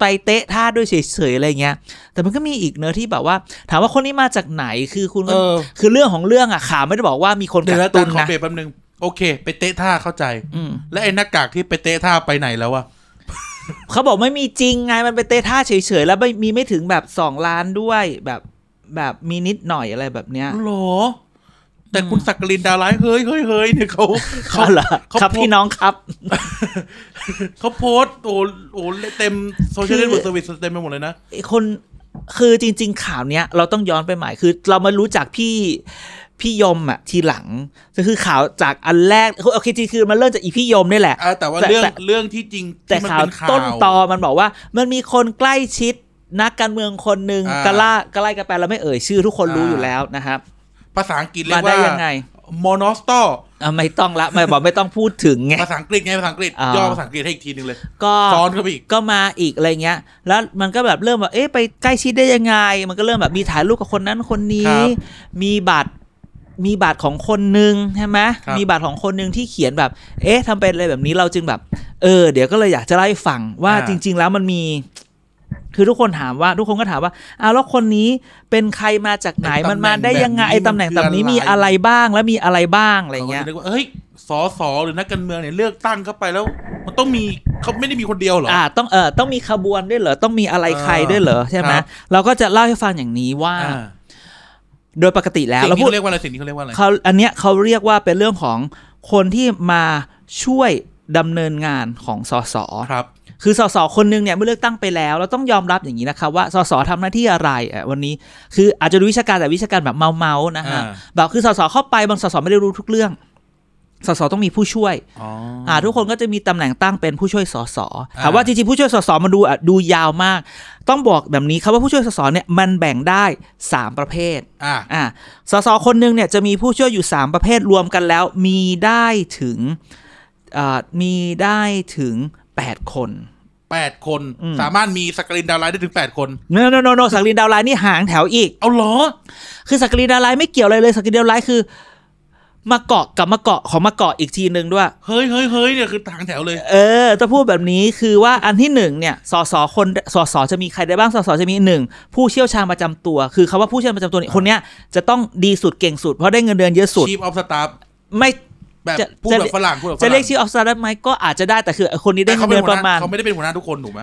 ไปเตะท่าด้วยเฉยๆอะไรเงี้ย แต่มันก็มีอีกเนอะที่แบบว่า ถามว่าคนนี้มาจากไหนคือคุณก็ เออ คือเรื่องของเรื่องอะข่าวไม่ได้บอกว่ามีคน เดี๋ยว กั นะ ก ตุ ตุ น น ขอ นะ เบรกแป๊บนึง โอเค ไปเตะท่าเข้าใจ อืม และไอ้หน้ากากที่ไปเตะท่าไปไหนแล้ววะ เขาบอกไม่มีจริงไงมันไปเตะท่าเฉยๆแล้วไม่มีไม่ถึงแบบสองล้านด้วยแบบแบบมีนิดหน่อยอะไรแบบเนี้ย หรอ แต่คุณสักกลินดาวร้ายเฮ้ยเฮ้ยเฮ้ยเนี่ยเขาเขา เขาเหรอ เขา ครับ โพส พี่น้องครับ เขาโพสต์โอ้โหเต็มโซเชียล คื เน็ อ ตเวิร์กเซอร์วิสเต็มไปหมดเลยนะ ไอ้คนคือจริง ๆ ข่าวเนี้ยเราต้องย้อนไปใหม่คือ เรามารู้จักพี่พี่ยมอะทีหลังก็คือข่าวจากอันแรกโอเคจริงๆคือมันเริ่มจากอีพี่ยมนี่แหละ อ่าแต่ว่า แต่ เรื่อง แต่ เรื่องที่จริง แต่ ที่มัน ข่าว เป็นข่าว ต้นตอมันบอกว่า มันมีคนใกล้ชิดนักการเมืองคนหนึ่ง อ่าก ะล่ากะไล่กันไปเราไม่เอ่ยชื่อทุกคนรู้ อ่า อยู่แล้วนะครับ ภาษาอังกฤษเรี มาย ก ได้ ว่า ยังไง มอนอสตอ อ่ะไม่ต้องละไม่บอกไม่ต้องพูดถึงไง ภาษาอังกฤษไงภาษาอังกฤษ อ่า ย่อภาษาอังกฤษให้อีกทีนึงเลย ก็ ซ้อนเข้าไปอีก ก็มาอีกอะไรเงี้ย แล้วมันก็แบบเริ่มแบบ เอ๊ะไปใกล้ชิดได้ยังไง มันก็เริ่มแบบมีถ่ายรูปกับคนนั้นคน ค นี้ รับ มีบัตร มีบัตรของคนหนึ่งใช่ไหม ครับ มีบัตรของคนหนึ่งที่เขียนแบบ เอ๊ะทำเป็นอะไรแบบนี้เราจึงแบบ เออ เดี๋ยวก็เลยอยากจะเล่าให้ฟังว่าจริง ๆ แล้วมันมี คือทุกคนถามว่า ทุกคนก็ถามว่าอ้าวแล้วคนนี้เป็นใครมาจากไหน ไอ้ตำแหน่ง มันมาได้ยังไง แบบนี้ ไอ้ตำแหน่ง มันคือ ตำนี้ อะไร มีอะไรบ้างและมีอะไรบ้างอะไร เขาก็ เงี้ย จะนึกว่าเฮ้ยสอสอหรือนักการเมืองเนี่ยเลือกตั้งเข้าไปแล้ว มันต้องมีเขาไม่ได้มีคนเดียวเหรอ อ่าต้องเออต้องมีขบวนด้วยเหรอ ต้องมีอะไรใครด้วยเหรอใช่ไหม ครับ เราก็จะเล่าให้ฟังอย่างนี้ว่า อ่า โดยปกติแล้ว สิ่ง เรา ที่ พูด เขาเรียกว่าอะไรสิ่งที่เขาเรียกว่าอะไร เขาอันเนี้ยเขาเรียกว่าเป็นเรื่องของคนที่มาช่วยดำเนินงานของสส ครับ คือสสคนหนึงเนี่ยเมื่อเลือกตั้งไปแล้ว เราต้องยอมรับอย่างนี้นะคะว่าสสทำหน้าที่อะไรอ่ะวันนี้คืออาจจะดูวิชาการแต่วิชาการแบบเมาเมาๆนะฮะ อ่า แบบคือสสเข้าไปบางสสไม่ได้รู้ทุกเรื่องสสต้องมีผู้ช่วย อ๋ออ อ่าทุกคนก็จะมีตำแหน่งตั้งเป็นผู้ช่วยสส อ่า ถามว่าจริงๆผู้ช่วยสสมาดูอ่ะดูยาวมาก ต้องบอกแบบนี้ครับว่าผู้ช่วยสสเนี่ยมันแบ่งได้ 3 ประเภท อ่ะ อ่าสสคนหนึงเนี่ยจะมีผู้ช่วยอยู่ 3 ประเภทรวมกันแล้ว มีได้ถึงอ่ามีได้ถึง 8 คน แปดคนสามารถมีสกรีนดาวน์ไลน์ได้ถึงแปดคน โนโนโนโนสักลินดาวไลน์นี่ห่างแถวอีก เอาเหรอ คือสักลินดาวไลน์ไม่เกี่ยวอะไรเลยสักลินดาวไลน์คือ มาเกาะกับมาเกาะของมาเกาะอีกทีหนึ่งด้วย เฮ้ยเฮ้ยเฮ้ยเนี่ยคือทางแถวเลย เออจะพูดแบบนี้คือว่าอันที่หนึ่งเนี่ยสสคนสสจะมีใครได้บ้างสสจะมีหนึ่งผู้เชี่ยวชาญประจำตัว คือคำว่าผู้เชี่ยวชาญประจำตัวเนี่ยคนเนี้ยจะต้องดีสุดเก่งสุดเพราะได้เงินเดือนเยอะสุด ชีฟออฟสตาฟ ไม่ แบบ จะ พูดแบบฝรั่งพูดแบบฝ จะ รั่ง เรียกชื่อออฟซาร์ได้ไหมก็อาจจะได้แต่คือคนนี้ได้ แต่ เงินเขาเป็ เดือนนหัปวหน้า ระมาณ เขาไม่ได้เป็นหัวหน้าทุกคนถูกไหม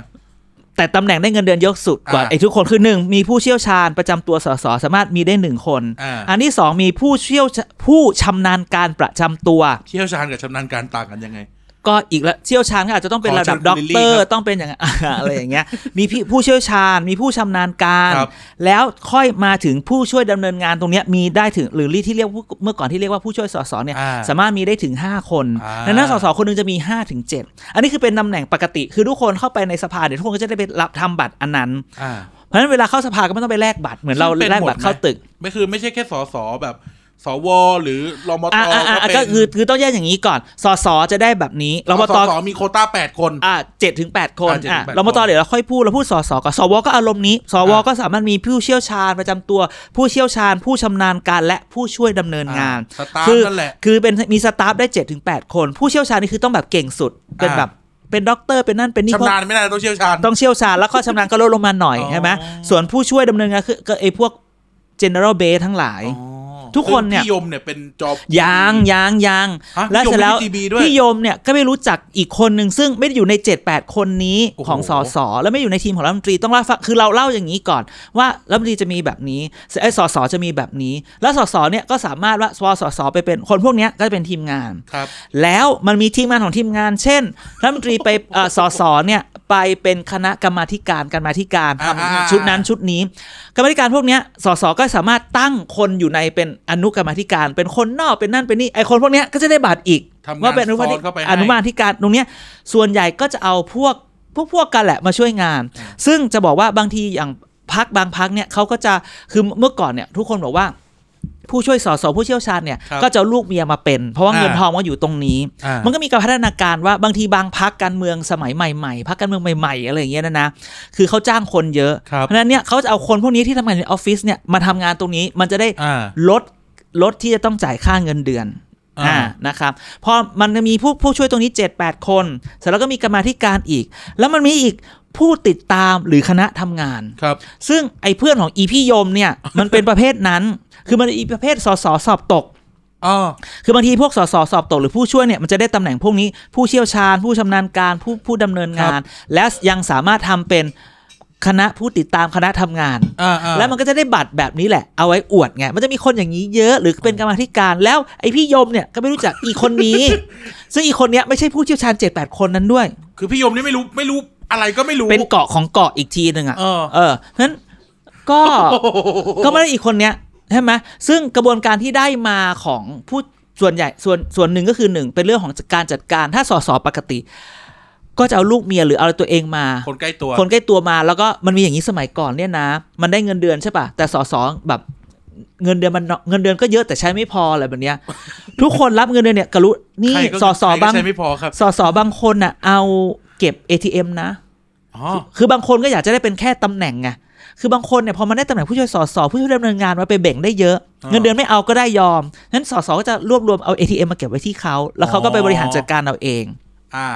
แต่ตำแหน่งได้เงินเดือนเยอะสุดกว่า อ่า ไอ้ทุกคนคือหนึ่งมีผู้เชี่ยวชาญประจำตัวสสสามารถมีได้หนึ่งคน อ่า นที่สองมีผู้เชี่ยวชาผู้ชำนาญการประจำตัว เชี่ยวชาญกับชำนาญการต่างกันยังไง ก็อีกละเชี่ยวชาญก็อาจจะต้องเป็นระดับ ขอเชิญคุณ ด็อก ลิลลี่ เตอร์ ครับ ต้องเป็น อย่าง อะไรอย่างเงี้ยมีพี่ผู้เชี่ยวชาญ มีผู้ชำนาญการ ครับ แล้วค่อยมาถึงผู้ช่วยดำเนินงานตรงเนี้ยมีได้ถึงหรือที่เรียกว่าเมื่อก่อนที่เรียกว่าผู้ช่วยสสเนี่ย อ่า สามารถมีได้ถึง 5 คน อ่า ดังนั้นสสคนหนึงจะมี5ถึง7อันนี้คือเป็นตำแหน่งปกติ คือทุกคนเข้าไปในสภาเดี๋ยวทุกคนก็จะได้ไปรับทำบัตรอันนั้น อ่า เพราะฉะนั้นเวลาเข้าสภาก็ไม่ต้องไปแลกบัตรเหมือนเรา ซึ่งเป็น แลก หมด บัตรเข้า ไหม ตึก ไม่คือไม่ใช่แค่สสแบบสวหรือรมต อ่าอ่าอ่าก็คือคือต้องแยกอย่างนี้ก่อนสสจะได้แบบนี้ร ร ป ม ต ตสมีโควต้าแปดคน อ่าเจ็ดถึงแปดคน อ่ะ7-8 อ่ะ คน เรามาต่อเดี๋ยวเราค่อยพูดเราพูดสสกับสวก็อารมณ์นี้สวก็สามารถมีผู้เชี่ยวชาญประจำตัว ผู้เชี่ยวชาญ ผู้ชำนาญการและผู้ช่วยดำเนินงาน สตาฟ คือ นั่นแหละ คือเป็นมีสตาฟได้7จถึงแคน ผู้เชี่ยวชาญนี่คือต้องแบบเก่งสุด เป็น อ่า แบบเป็นด็อกเตอร์เป็นนั่นเป็นนี่เพ ชำ ราะ นาญไม่ได้ต้องเชี่ยวชาญ ต้องเชี่ยวชาญ แล้วก็ชำนาญก็ลดลงมาหน่อย อ๋อ ใช่ไหมส่วนผู้ช่วยดำเนินงานคือก็ไอพวก general base ทั้งหลาย อ๋อ ทุกคนเนี่ย ซึ่งพี่ยมเนี่ยเป็นจอบ ยังยังยัง ฮะ แล้ว พี่เสยมร็จแล้ว เป็น TB ด้วย พี่ยมเนี่ยก็ไม่รู้จักอีกคนหนึ่งซึ่งไม่ได้อยู่ใน 78 คนนี้ โอ้โห ของสสแล้วไม่อยู่ในทีมของรัฐมนตรีต้องเล่าฟังคือเราเล่าอย่างนี้ก่อน ว่ารัฐมนตรีจะมีแบบนี้ไอ้ยสสจะมีแบบนี้ แล้วสสเนี่ยก็สามารถว่าพอสสไปเป็นคนพวกเนี้ยก็จะเป็นทีมงาน ครับ แล้วมันมีทีมงานของทีมงาน เช่นรัฐมนตรีไปเอ่อสสเนี่ยไปเป็นคณะกรรมาธิการกรรมาธิการทำชุดนั้นชุดนี้ กรรมาธิการพวกเนี้ยสสก็สามารถตั้งคนอยู่ในเป็นอนุกรรมาธิการ เป็นคนนอกเป็นนั่นเป็นนี่ไอคนพวกเนี้ยก็จะได้บัตรอีก ทำงา ว่าน เป็นอนุ ซ้ กรร อ มาน เข้าไป อนุ ให้ มาธิการตรงเนี้ยส่วนใหญ่ก็จะเอาพวกพวกพวกกันแหละมาช่วยงาน ซึ่งจะบอกว่าบางทีอย่างพักบางพักเนี่ยเขาก็จะคือเมื่อก่อนเนี่ยทุกคนบอกว่า ผู้ช่วยสสผู้เชี่ยวชาญเนี่ย ครับ ก็จะเอาลูกเมียมาเป็น เพราะว่า อ่า เงินทองมันอยู่ตรงนี้ อ่า มันก็มีการพัฒนาการว่าบางทีบางพักการเมืองสมัยใหม่ๆพักการเมืองใหม่ๆอะไรอย่างเงี้ยนะนะคือเขาจ้างคนเยอะ ครับ เพราะฉะนั้นเนี่ยเขาจะเอาคนพวกนี้ที่ทำงานในออฟฟิศเนี่ยมาทำงานตรงนี้มันจะได้ อ่า ลดลดที่จะต้องจ่ายค่าเงินเดือน อ่า นะครับพอมันจะมีผู้ผู้ช่วยตรงนี้ 7 8 คนเสร็จแล้วก็มีกรรมาธิการอีก แล้วมันมีอีกผู้ติดตามหรือคณะทำงาน ครับ ซึ่งไอ้เพื่อนของอีพี่ยม เนี่ย มันเป็นประเภทนั้น คือมันอีประเภทสสสอบตก อ๋อ คือบางทีพวกสสสอบตกหรือผู้ช่วยเนี่ยมันจะได้ตำแหน่งพวกนี้ ผู้เชี่ยวชาญ ผู้ชำนาญการผู้ผู้ดำเนินงาน และยังสามารถทำเป็นคณะผู้ติดตามคณะทำงาน อ่าอ่า แล้วมันก็จะได้บัตรแบบนี้แหละ เอาไว้อวดไง มันจะมีคนอย่างนี้เยอะหรือเป็นกรรมาธิการแล้วไอพี่ยมเนี่ยก็ไม่รู้จักอีกคน นี้ ซึ่งอีกคนเนี้ยไม่ใช่ผู้เชี่ยวชาญ 7 8 คนนั้นด้วย คือพี่ยมนี่ไม่รู้ไม่รู้อะไรก็ไม่รู้ เป็นเกาะของเกาะอีกทีหนึ่งอ่ะ เออ เออเพราะฉะนั้นก็ โอ้โห ก็ไม่ได้อีกคนเนี้ยใช่ไหมซึ่งกระบวนการที่ได้มาของผู้ส่วนใหญ่ส่วนส่วนหนึ่งก็คือหนึ่งเป็นเรื่องของการจัดการ ถ้าสสปกติ ก็จะเอาลูกเมียหรือเอาตัวเองมา คนใกล้ตัว คนใกล้ตัวมาแล้วก็มันมีอย่างนี้สมัยก่อนเนี่ยนะ มันได้เงินเดือนใช่ปะแต่สสแบบเงินเดือนมันน้อยเงินเดือนก็เยอะแต่ใช้ไม่พออะไรแบบเนี้ย ทุกคนรับเงินเดือนเนี่ยกรุนี่ ใครก็ สส ใครก็ บาง ใช้ไม่พอครับ สสบางคนน่ะเอาเก็บ ATM นะ อ๋อ คือบางคนก็อยากจะได้เป็นแค่ตำแหน่งไง คือบางคนเนี่ยพอมันได้ตำแหน่งผู้ช่วยสสผู้ช่วยดำเนินงานมาไปเบ่งได้เยอะ อ่า เงินเดือนไม่เอาก็ได้ยอมนั้นสสก็จะรวบรวมเอา ATM มาเก็บไว้ที่เขา แล้วเขาก็ไป อ๋อ บริหารจัดการเอาเอง อ่า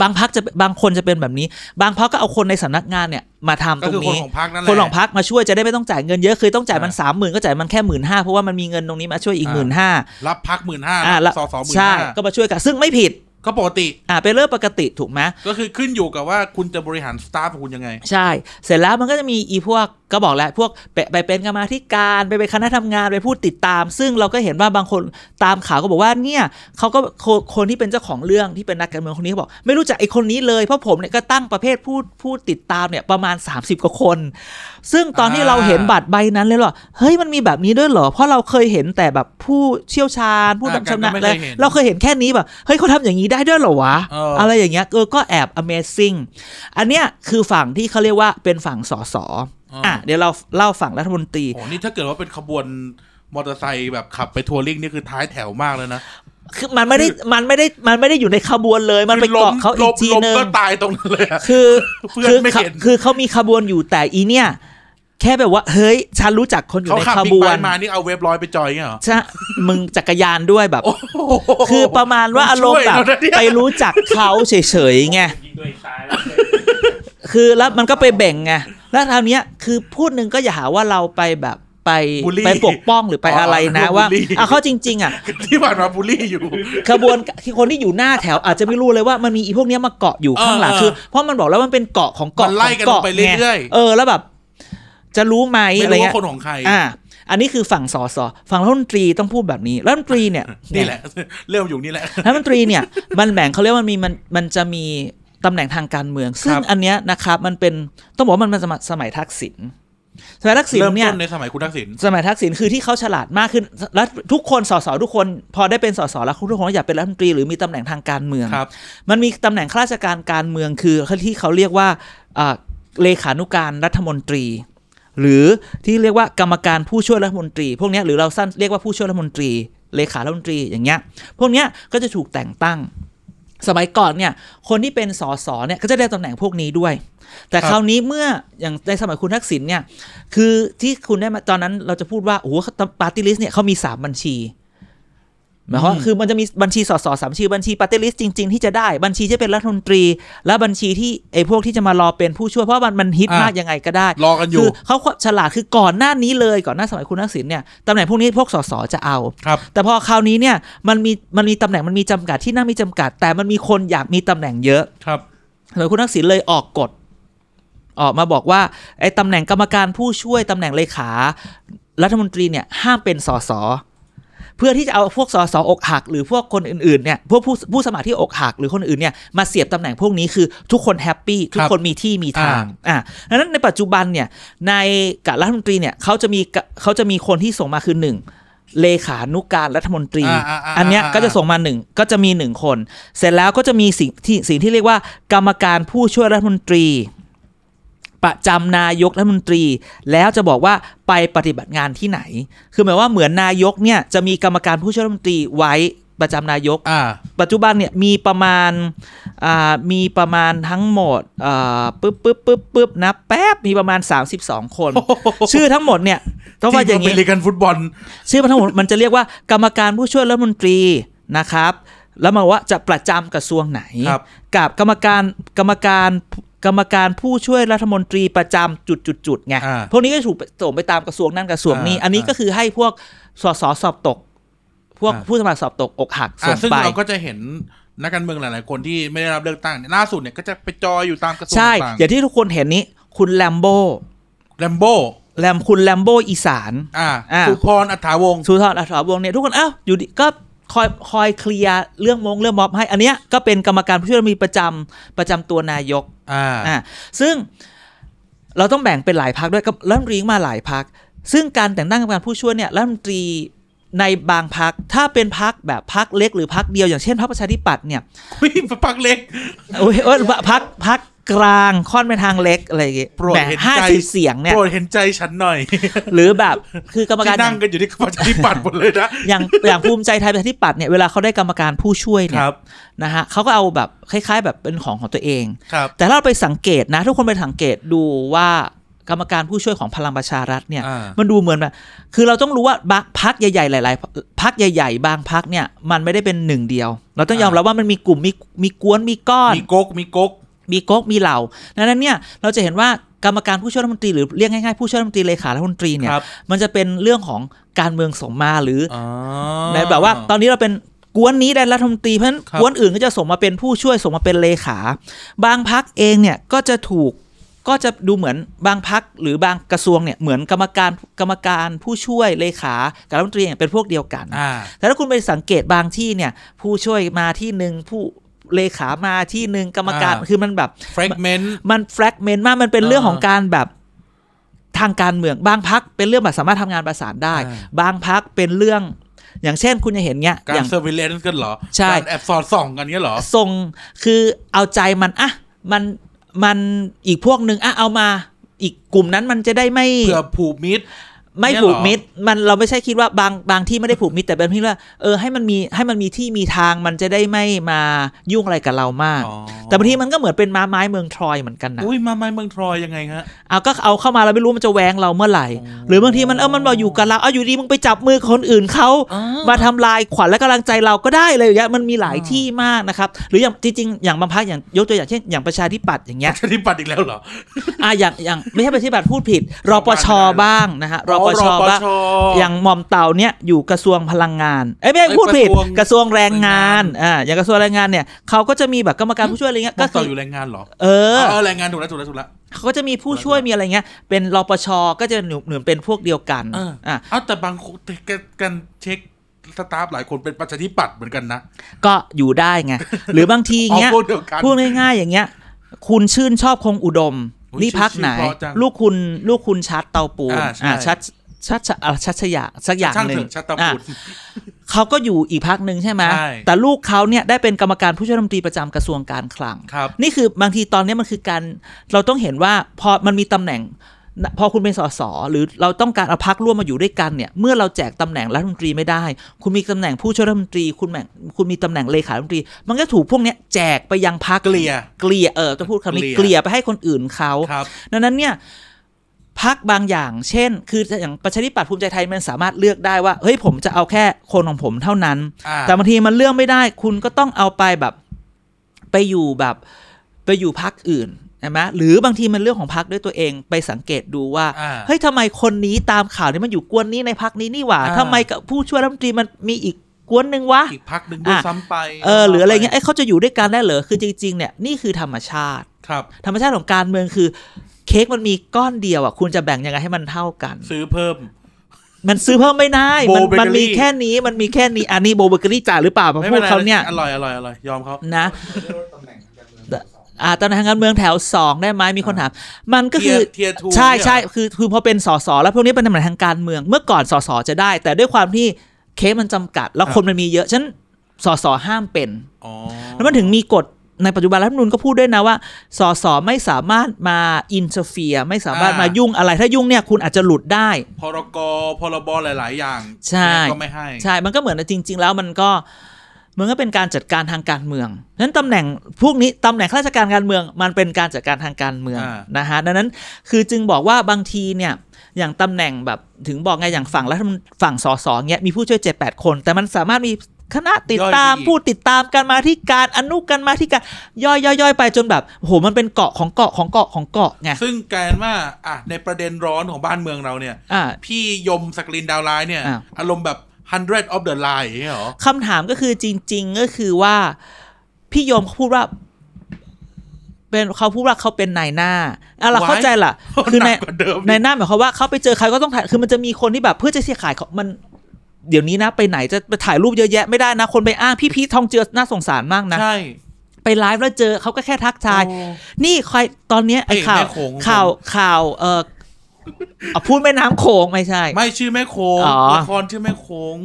บางพักจะบางคนจะเป็นแบบนี้ บางพักก็เอาคนในสำนักงานเนี่ยมาทำ ก็ ตร คือง คน นี้ ของพักนั่นแหละ คนของพักมาช่วยจะได้ไม่ต้องจ่ายเงินเยอะคือต้องจ่ายมัน อ่า สามหมื่นก็จ่ายมันแค่หมื่นห้าเพราะว่ามันมีเงินตรงนี้มาช่วยอีก อ่า หมื่นห้า รับพักหมื่นห้า อ่าแล้ว สอสอหมื่น ใช่ ห้า ก็มาช่วยกันซึ่งไม่ผิด ก็ปกติ อ่าเป็นเรื่องปกติถูกไหม ก็คือขึ้นอยู่กับว่าคุณจะบริหารสตาฟของคุณยังไง ใช่ เสร็จแล้วมันก็จะมีอีพวกก็บอกแล้วพวกไปไปเป็นกรรมาธิการไปเป็นคณะทำงานไปพูดติดตาม ซึ่งเราก็เห็นว่าบางคนตามข่าวก็บอกว่าเนี่ยเขาก็คนคนที่เป็นเจ้าของเรื่องที่เป็นนักการเมืองคนนี้เขาบอก ไม่รู้จักไอ้คนนี้เลยเพราะผมเนี่ยก็ตั้งประเภทพูดพูดติดตามเนี่ยประมาณ 30กว่าคน ซึ่งตอนที่ อ่า เราเห็นบัตรใบนั้นเลยเหรอ เฮ้ยมันมีแบบนี้ด้วยเหรอ เพราะเราเคยเห็นแต่แบบผู้เชี่ยวชาญ ผู้ อ่า ชำนาญ ก็ไม่ เล เค ย ยเห็น เราเคยเห็นแค่นี้แบบเฮ้ยเขาทำอย่างนี้ได้ด้วยเหรอวะ เอออ อะไรอย่างเงี้ยเออก็แอบ amazing อันเนี้ยคือฝั่งที่เขาเรียกว่าเป็นฝั่งสอสออ่ะเดี๋ยวเราเล่าฝั่งรัฐมนตรี โอ้นี่ถ้าเกิดว่าเป็นขบวนมอเตอร์ไซค์แบบขับไปทัวริงนี่คือท้ายแถวมากเลยนะ คือมันไม่ได้มันไม่ได้มันไม่ได้อยู่ในขบวนเลย มันไป คือล้ เกาะเขาอีกที ล้ม นึง ก็ตายตรงนั้นเลยอะ คือ เพื่อน คือ ไม่ เขา เห็น คือเขามีขบวนอยู่แต่อีเนี่ย แค่แบบว่า เฮ้ย ฉันรู้จักคนอยู่ เขา ใน ขับ ข บิ๊ บ ก ว ไบ น ค์มานี่เอาเว็บร้อยไปจอยเงี้ยเหรอ ใช่มึงจักรยานด้วยแบบ โอ้โห คือประมาณว่าอารมณ์แบบ ช่วยเรานะเนี่ย ไปรู้จักเขาเฉยๆไง ยิงตัวเองตายแล้ว คือแล้วมันก็ไปแบ่งไง แล้วคราวเนี้ยคือพูดหนึ่งก็อย่าหาว่าเราไปแบบไป บูลลี่ ไปปกป้องหรือไปอะไรนะ อ๋อ ว่า บูลลี่ อ่ะเขาจริง ๆ อ่ะ ที่ผ่านมาบูลลี่อยู่ ขบวนที่คนที่อยู่หน้าแถวอาจจะไม่รู้เลยว่ามันมีอีพวกเนี้ยมาเกาะอยู่ข้างหลัง เออ คือ เพราะมันบอกแล้วมันเป็นเกาะของเกาะ มันไล่กัน ขงาะ ลงไปเรื่อยๆ ไงเออแล้วแบบ จะรู้ไหม ไม่ อะไร รู้ เงี้ ว่าย คนของใคร อ่า อันนี้คือฝั่งสอสอฝั่งรัฐมนตรีต้องพูดแบบนี้รัฐมนตรีเนี่ย นี่แหละ เรื่องอยู่นี่แหละ รัฐมนตรีเนี่ยมันแบ่งเขาเรียกว่ามันมีมันมันจะมีตำแหน่งทางการเมือง ซึ่งอันเนี้ยนะครับมันเป็นต้องบอกว่ามันเป็นสมัยสมัยทักษิณสมัยทักษิณ เริ่ม เนี่ย ต้นในสมัยคุณทักษิณ สมัยทักษิณคือที่เขาฉลาดมากขึ้นแล้วทุกคนสสทุกคน พอได้เป็นสสแล้วทุกคนก็อยากเป็นรัฐมนตรีหรือมีตำแหน่งทางการเมือง ครับ มันมีตำแหน่งข้าราชการการเมืองคือที่เขาเรียกว่าอ่าเลขานุการรัฐมนตรี หรือที่เรียกว่ากรรมการผู้ช่วยรัฐมนตรี พวกเนี้ยหรือเราสั้นเรียกว่าผู้ช่วยรัฐมนตรี เลขารัฐมนตรีอย่างเงี้ยพวกเนี้ยก็จะถูกแต่งตั้ง สมัยก่อนเนี่ยคนที่เป็นสสเนี่ยก็จะได้ตำแหน่งพวกนี้ด้วย แต่ ครับ คราวนี้เมื่ออย่างในสมัยคุณทักษิณเนี่ยคือที่คุณได้มาตอนนั้นเราจะพูดว่าโอ้โหปาร์ตี้ลิสต์เนี่ยเขามีสามบัญชี หมายความว่าคือมันจะมีบัญชีสสสามชื่อบัญชีปาร์ตี้ลิสต์จริง ๆ ที่จะได้บัญชีที่เป็นรัฐมนตรี และบัญชีที่ไอ้พวกที่จะมารอเป็นผู้ช่วยเพราะมันมันฮิต อ่ะ มากยังไงก็ได้ รอกันอ คื ยู่ อเขาฉลาดคือก่อนหน้านี้เลยก่อนหน้าสมัยคุณทักษิณเนี่ยตำแหน่งพวกนี้พวกสสจะเอา ครับ แต่พอคราวนี้เนี่ยมันมีมันมีตำแหน่งมันมีจำกัดที่นั่งมีจำกัด แต่มันมีคนอยากมีตำแหน่งเยอะ ครับ หน่วยคุณทักษิณเลยออกกฎออกมาบอกว่าไอ้ตำแหน่งกรรมการผู้ช่วยตำแหน่งเลขารัฐมนตรีเนี่ยห้ามเป็นสสเพื่อที่จะเอาพวกสสอกหัก หรือพวกคนอื่นๆเนี่ยพวกผู้ผู้สมัครที่อกหัก หรือคนอื่นเนี่ยมาเสียบตำแหน่งพวกนี้คือทุกคนแฮปปี้ทุกคนมีที่มีทางอ่าดังนั้นในปัจจุบันเนี่ยในกับรัฐมนตรีเนี่ยเขาจะมีกะเขาจะมีคนที่ส่งมาคือหนึ่งเลขานุการรัฐมนตรี าาา อันเนี้ยก็จะส่งมาหนึ่งก็จะมีหนึ่งคน เสร็จแล้วก็จะมีสิ่งที่สิ่งที่เรียกว่า กรรมการผู้ช่วยรัฐมนตรี ประจำนายกรัฐมนตรี แล้วจะบอกว่าไปปฏิบัติงานที่ไหน คือหมายว่าเหมือนนายกเนี่ยจะมีกรรมการผู้ช่วยรัฐมนตรีไว้ประจำนายก อ่า ปัจจุบันเนี่ยมีประมาณอ่ามีประมาณทั้งหมดอ่าปึ๊บปึ๊บปึ๊บปึ๊บนะแป๊บมีประมาณ 32 คน ชื่อทั้งหมดเนี่ยต้องว่าอย่าง นี้ นี้ เป็นลีกันฟุตบอล ชื่อมันทั้งหมดมันจะเรียกว่ากรรมการผู้ช่วยรัฐมนตรีนะครับ แล้วมาว่าจะประจำกระทรวงไหน ครับ กับกรรมการกรรมการกรรมการผู้ช่วยรัฐมนตรีประจำจุดจุดจุดๆๆไง อ่า พวกนี้ก็ถูกส่งไปตามกระทรวงนั่นกระทรวงนี้ อ่า อันนี้ก็คือให้พวกสสสอบตก พวก อ่า ผู้สมัครสอบตกอกหัก อ่า ส่ง ซึ่ง ไป เราก็จะเห็นนักการเมืองหลาย ๆ คนที่ไม่ได้รับเลือกตั้งเนี่ยล่าสุดเนี่ยก็จะไปจอยอยู่ตามกระทรวง ใช่ ต่าง อย่างที่ทุกคนเห็นนี้ คุณแลมโบ ๆแรมโบ้ แลมคุณแลมโบอีสาน อ่า อ่า สุพรอัฏฐาวงศ์ สุธรอัศวงศ์เนี่ยทุกคนอ้าวอยู่ดีก็คอยคอยเคลียร์เรื่องมงเรื่องม็อบให้ อันเนี้ยก็เป็นกรรมการผู้ช่วยรัฐมนตรีประจำประจำตัวนายก อ่า อ่าซึ่งเราต้องแบ่งเป็นหลายพักด้วยก็รัฐมนตรีมาหลายพัก ซึ่งการแต่งตั้งกรรมการผู้ช่วยเนี่ยรัฐมนตรีในบางพักถ้าเป็นพักแบบพักเล็กหรือพักเดียวอย่างเช่นพรรคประชาธิปัตย์เนี่ย วิปักเล็ก โอ้ยเออพักพักกลางค่อนไปทางเล็กอะไรอย่างเงี้ย โปรด แหม เห็นใจ ห้าสิบเสียงเนี่ย โปรดเห็นใจฉันหน่อย หรือ แบบคือกรรมการอที่ย่า นั่ ง งกันอยู่ที่ประชาธิปัตย์หมดเลยนะ อย่างอย่างภูมิใจไทยประชาธิปัตย์เนี่ยเวลาเขาได้กรรมการผู้ช่วยเนี่ ค ย รับ นะฮะเขาก็เอาแบบคล้าย ๆ แบบเป็นของของตัวเอง ครับ แต่ถ้าเราไปสังเกตนะ ทุกคนไปสังเกตดูว่า กรรมการผู้ช่วยของพลังประชารัฐเนี่ย อ่ามั มันดูเหมือนแบบคือเราต้องรู้ว่าบะพักใหญ่ๆหลายๆพักใหญ่ ๆ บางพักเนี่ยมันไม่ได้เป็นหนึ่งเดียว เราต้องยอมรับว่ามันมีกลุ่มมีมีกวนมีก้อน มีก๊กมีก๊ก มีก๊กมีเหล่าดังนั้นเนี่ยเราจะเห็นว่ากรรมการผู้ช่วยรัฐมนตรีหรือเรียกง่ายๆผู้ช่วยรัฐมนตรีเลขารัฐมนตรีเนี่ย ครับ มันจะเป็นเรื่องของการเมืองสมมาหรืออ อ๋อ ในแบบว่าตอนนี้เราเป็นกวนนี้ได้รัฐมนตรีเพราะฉะนั้น ครับ กวนอื่นก็จะส่งมาเป็นผู้ช่วยส่งมาเป็นเลขา บางพักเองเนี่ยก็จะถูกก็จะดูเหมือนบางพักหรือบางกระทรวงเนี่ยเหมือนกรรมการกรรมการผู้ช่วยเลขากับรัฐมนตรีเนี่ยเป็นพวกเดียวกัน อ่า แต่ถ้าคุณไปสังเกตบางที่เนี่ย ผู้ช่วยมาที่หนึ่งผู้เลขามาที่หนึ่งกรรมการ อ่า คือมันแบบ fragment มันแฟกเมนต์มากมันเป็น อ่า เรื่องของการแบบทางการเมืองบางพักเป็นเรื่องแบบสามารถทำงานประสานได้ อ่า บางพักเป็นเรื่อง อย่างเช่นคุณจะเห็นเนี้ย กา อ ร ย่าง surveillance กันเหรอ ใช่ การแอบสอดส่องกันเนี้ยเหรอ ส่งคือเอาใจมันอ่ะมันมันอีกพวกหนึ่งอ่ะเอามาอีกกลุ่มนั้นมันจะได้ไม่ เพื่อผูกมิตร ไม่ เนี่ยเหรอ ผูกมิตรมันเราไม่ใช่คิดว่าบางบางที่ไม่ได้ผูกมิตรแต่เป็นเพียงว่าเออให้มันมีให้มันมีที่มีทางมันจะได้ไม่มายุ่งอะไรกับเรามาก อ๋อ แต่บางทีมันก็เหมือนเป็นม้าไม้เมืองทรอยเหมือนกันนะ อุ้ยมาไม่เมืองทรอยยังไงฮะ เอาก็เอาเข้ามาเราไม่รู้มันจะแหวงเราเมื่อไหร่ หรือบางทีมันเออมันมาอยู่กับเราเอาอยู่ดีมึงไปจับมือคนอื่น เขา อ่าม มาทำลายขวัญและกำลังใจเราก็ได้เลยอย่างเงี้ยมันมีหลายที่มากนะครับ หรืออย่างจริงๆอย่างบางพักอย่างยกตัวอย่างเช่นอย่างประชาธิปัตย์อย่าง เงี้ย จะที่ปัดอีกแล้วเหรอ อ่ะอย่างอย่างไม่ใช่ปฏิบัติพูดผิด รปชบ้างนะฮะร อ๋ ป อ ชบ้าง รปช อย่างหม่อมเต่าเนี่ยอยู่กระทรวงพลังงาน เอ้ยไม่ใช่ เอ้ย พูดผิด กระทรวง กระทรวงแรงงา แรงงาน น อ่าอย่างกระทรวงแรงงานเนี่ยเขาก็จะมีแบบกรรมการผู้ช่วยอะไรเงี้ย ก็ ก็ ต่ คือ อ อยู่แรงงานเหรอ เออ เออแรงงานถูกแล้วถูกแล้วถูกแล้ว เขาก็จะมีผู้ช่วยมีอะไรเงี้ยเป็นรปชก็จะหนุนหนุนเป็นพวกเดียวกัน เออ อ่ะ เอาแต่บางคนแต่กันกันเช็คสตาฟหลายคนเป็นประชาธิปัตย์เหมือนกันนะ ก็อยู่ได้ไง หรือบางทีเงี้ย เอาพวกเดียวกัน พูดง่ายๆอย่างเงี้ย คุณชื่นชอบคงอุดม อุ๊ย นี่พักไหน ชื่อเพราะจัง ลูกคุณลูกคุณชัดเตาปูน อ่าใช่ อ่าชัดชัดชะอ่ะชัดชะยะสักอย่าง ช่าง หนึ่ เถ ง อะชาตา อ่ะ บุตร เขาก็อยู่อีกพักหนึ่งใช่ไหม ใช่ แต่ลูกเขาเนี่ยได้เป็นกรรมการผู้ช่วยรัฐมนตรีประจำกระทรวงการคลัง ครับ นี่คือบางทีตอนเนี้ยมันคือการเราต้องเห็นว่าพอมันมีตำแหน่งนะพอคุณเป็นสสหรือเราต้องการเอาพักร่วมมาอยู่ด้วยกันเนี่ย เมื่อเราแจกตำแหน่งรัฐมนตรีไม่ได้ คุณมีตำแหน่งผู้ช่วยรัฐมนตรีคุณแหม่งคุณมีตำแหน่งเลขารัฐมนตรี มันก็ถูกพวกเนี้ยแจกไปยังพัก เกลี่ย เกลี่ยเออจะพูดคำนี้เก เกลี่ ลี่ย ย ไปให้คนอื่นเขา ครับ ดังนั้นเนี่ยพักบางอย่าง เช่น คืออย่างประชาธิปัตย์ภูมิใจไทยมันสามารถเลือกได้ว่าเฮ้ยผมจะเอาแค่คนของผมเท่านั้น อ่า แต่บางทีมันเลือกไม่ได้ คุณก็ต้องเอาไปแบบ ไปอยู่แบบไปอยู่พักอื่นใช่ไหมหรือบางทีมันเรื่องของพักด้วยตัวเองไปสังเกตดูว่า อ่า เฮ้ยทำไมคนนี้ตามข่าวเนี่ยมันอยู่กวนนี้ในพักนี้นี่หว่า อ่า ทำไมกับผู้ช่วยรัฐมนตรีมันมีอีกกวนหนึ่งวะ อีกพักหนึ่งด้วย อ่ะ ซ้ำไป เออหรืออะไรเงี้ยเอ้ยเขาจะอยู่ด้วยกันได้เหรอคือจริงๆเนี่ยนี่คือธรรมชาติ ครับ ธรรมชาติของการเมืองคือ เค้กมันมีก้อนเดียวอ่ะคุณจะแบ่งยังไงให้มันเท่ากัน ซื้อเพิ่ม มันซื้อเพิ่มไม่ได้มัน Bow Bakery มันมีแค่นี้มันมีแค่นี้อันนี้โบเบเกอรี่จ่าหรือเปล่ามา ไม่ พู เป็ ด นไร เขาเนี่ย อร่อยอร่อยอร่อยยอมเขา นะอ่าตำแหน่งทางการเมืองแถวสองได้ไหมมีคนถามมันก็คือ Tier- Tier two ใช่ เนี่ยเหรอ ใช่คือคือพอเป็นสสแล้วพวกนี้เป็นตำแหน่งทางการเมืองเมื่อก่อนสสจะได้ แต่ด้วยความที่เค้กมันจำกัด แล้วคนมันมีเยอะฉะนันสสห้ามเป็น อ๋อ แล้วมันถึงมีกฎในปัจจุบันรัฐธรรมนูญก็พูดด้วยนะว่าสสไม่สามารถมาอินเ r อร์เฟียไม่สามารถ อ่าม มายุ่งอะไร ถ้ายุ่งเนี่ยคุณอาจจะหลุดได้ พรกพรบหลาย ๆ อย่าง ใช่ ก็ไม่ให้ ใช่ มันก็เหมือนจริง ๆ แล้วมันก็มันก็เป็นการจัดการทางการเมืองฉะนั้นตำแหน่งพวกนี้ตำแหน่งข้าราชการการเมือง มันเป็นการจัดการทางการเมืองนะฮะดังนั้นคือจึงบอกว่าบางทีเนี่ยอย่างตำแหน่งแบบถึงบอกไงอย่างฝั่งรัฐมนฝั่งสสเงี้ยมีผู้ช่วยเจ็ดแปดคน แต่มันสามารถมีคณะติดตามผู้ติดตามการมาที่การอนุกันมาที่การย่อยย่อยย่อยไปจนแบบโหมันเป็นเกาะของเกาะของเกาะของเกาะไง ซึ่งการว่าอ่ะในประเด็นร้อนของบ้านเมืองเราเนี่ย อ่า พี่ยมสักลินดาวไลน์เนี่ย อ่ะ อารมณ์แบบ hundred of the line อย่างเงี้ยเหรอ คำถามก็คือจริง ๆ ก็คือว่า พี่โยมเขาพูดว่า เป็นเขาพูดว่าเขาเป็นนายหน้าอ่ะเรา Why? เข้าใจ ล่ะ คือ ห ใน นักกว่าเดิมอีก นายหน้าหมายความว่าเขาไปเจอใครก็ต้องถ่ายคือมันจะมีคนที่แบบเพื่อจะเสียขายเขามัน เดี๋ยวนี้นะ ไปไหนจะไปถ่ายรูปเยอะแยะไม่ได้นะ คนไปอ้างพี่พีททองเจือน่าสงสารมากนะ ใช่ ไปไลฟ์แล้วเจอเขาก็แค่ทักทาย โอ้ นี่ใครตอนเนี้ยไอ้ข่าว เอกแม่โขงของผม ข่าวข่าวเอออ่ะพูดแม่น้ำโขงไม่ใช่ ไม่ชื่อแม่โคง อ๋อ ละครชื่อแม่โคง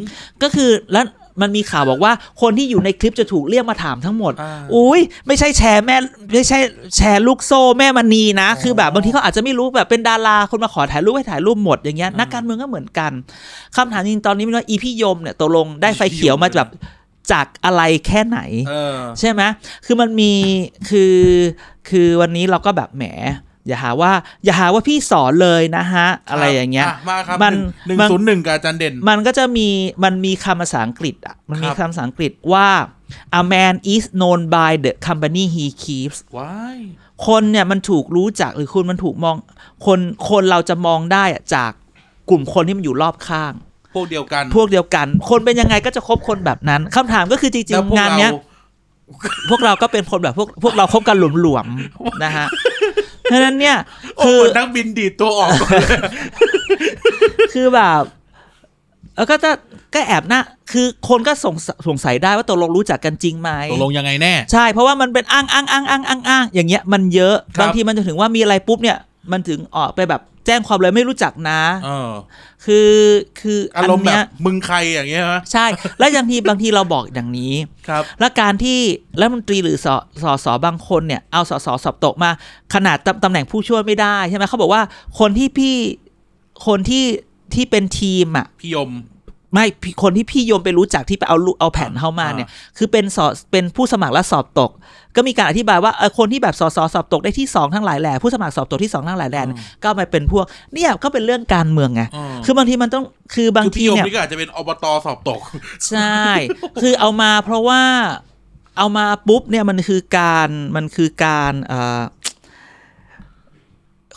ก็คือแล้วมันมีข่าวบอกว่าคนที่อยู่ในคลิปจะถูกเรียกมาถามทั้งหมด อ่า อุ้ยไม่ใช่แชร์แม่ไม่ใช่แชร์ลูกโซ่แม่มณีนะ คือแบบบางทีเขาอาจจะไม่รู้แบบเป็นดาราคนมาขอถ่ายรูปให้ถ่ายรูปหมดอย่างเงี้ยนักการเมืองก็เหมือนกันคำถามจริงตอนนี้ไม่รู้ว่าอีพี่ยมเนี่ยตกลงได้ไฟ อีพี่ยม เขียวมาแบบจากอะไรแค่ไหน เออ ใช่ไหมคือมันมีคือคือวันนี้เราก็แบบแหม อย่าหาว่า อย่าหาว่าพี่สอนเลยนะฮะ อะไรอย่างเงี้ย มาครับ มัน หนึ่ง มัน ศูนย์หนึ่งกับอาจารย์เด่น มันก็จะมีมันมีคำภาษาอังกฤษอ่ะ มันมี ครับ คำภาษาอังกฤษว่า a man is known by the company he keeps ว้าย คนเนี่ยมันถูกรู้จักหรือคุณมันถูกมอง คนคนเราจะมองได้อะจากกลุ่มคนที่มันอยู่รอบข้าง พวกเดียวกัน พวกเดียวกัน คนเป็นยังไงก็จะคบคนแบบนั้นคำถามก็คือจริ แล้ ง วพวก ๆงานเนี้ย ร พวกเราก็เป็นคนแบบพวกพวกเราคบกันหลวมๆ นะฮะเพราะฉะนั้นเนี่ย โอ้ คื โห อ นักบินดีดตัวออกก่อนเลย คือแบบเออก็จะก็แอบนะคือคนก็สงสสงสัยได้ว่าตกลงรู้จักกันจริงไหม ตกลงยังไงแน่ ใช่ เพราะว่ามันเป็นอ้างอ้างอ้างอ้างอ้างอ้างอย่างเงี้ยมันเยอะ ครับ บางทีมันจะถึงว่ามีอะไรปุ๊บเนี่ย มันถึงออกไปแบบแจ้งความเลยไม่รู้จักนะ เออ คือคือ อา อัน รมณ์แบ เนี้ บ ย มึงใครอย่างเงี้ยฮะ ใช่ แล้วอย่าง ทีบางทีเราบอกอย่างนี้ ครับ และการที่รัฐมนตรีหรือสสสบางคนเนี่ยเอาสสสอบตกมา ขนาดตำตำแหน่งผู้ช่วยไม่ได้ใช่ไหมเขาบอกว่าคนที่พี่คนที่ที่เป็นทีมอ่ะ พี่ยม ไม่พี่คนที่พี่โยมไปรู้จักที่ไปเอาลูกเอาแผ่นเข้ามาเนี่ย คือเป็นสอเป็นผู้สมัครและสอบตก ก็มีการอธิบายว่าเออคนที่แบบสสสอบตกได้ที่สองทั้งหลายแหละผู้สมัครสอบตกที่สองทั้งหลายแหละเนี่ยก็เอามาเป็นพวกเนี่ยก็เป็นเรื่องการเมืองไง อืม คือบางทีมันต้องคือบาง คือ ที พี่ยม เนี่ย นี่ก็อาจจะเป็นอบตสอบตก ใช่ คือเอามาเพราะว่าเอามาปุ๊บเนี่ยมันคือการมันคือการเอ่อ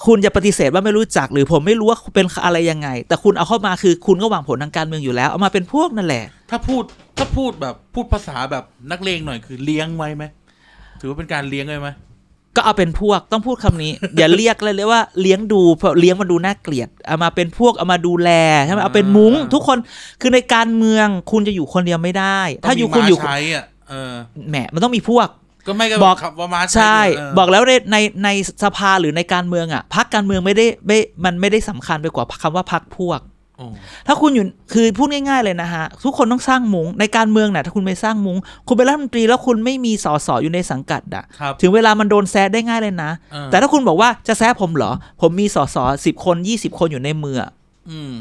คุณจะปฏิเสธว่าไม่รู้จัก หรือผมไม่รู้ว่าเป็นอะไรยังไง แต่คุณเอาเข้ามาคือคุณก็หวังผลทางการเมืองอยู่แล้ว เอามาเป็นพวกนั่นแหละ ถ้าพูดถ้าพูดแบบพูดภาษาแบบนักเลงหน่อยคือเลี้ยงไว้ไหมถือว่าเป็นการเลี้ยงไว้ไหม ก็เอาเป็นพวกต้องพูดคำนี้ อย่าเรียกเลยเลยว่าเลี้ยงดูเพราะเลี้ยงมันดูน่าเกลียดเอามาเป็นพวกเอามาดูแลใช่ไหมเอาเป็นมุ้งทุกคนคือในการเมืองคุณจะอยู่คนเดียวไม่ได้ ถ้าอยู่ ต้งมี คุณอยู่ ม้ใช้อ่ะเออ แหมมันต้องมีพวก ก็ไม่ก็ บอก ขับว่ามา ใช่ เ บอกแล้วในในในสภาหรือในการเมืองอ่ะพักการเมืองไม่ได้ไม่มันไม่ได้สำคัญไปกว่าคำว่าพักพวก โอ้ ถ้าคุณอยู่คือพูดง่ายๆเลยนะฮะ ทุกคนต้องสร้างมุงในการเมืองน่ะถ้าคุณไม่สร้างมุงคุณเป็นรัฐมนตรีแล้วคุณไม่มีสสอยู่ในสังกัดอ่ะ ครับ ถึงเวลามันโดนแซะได้ง่ายเลยนะ เออ แต่ถ้าคุณบอกว่าจะแซะผมเหรอ ผมมีสสสิบคนยี่สิบคนอยู่ในมืออะ อืม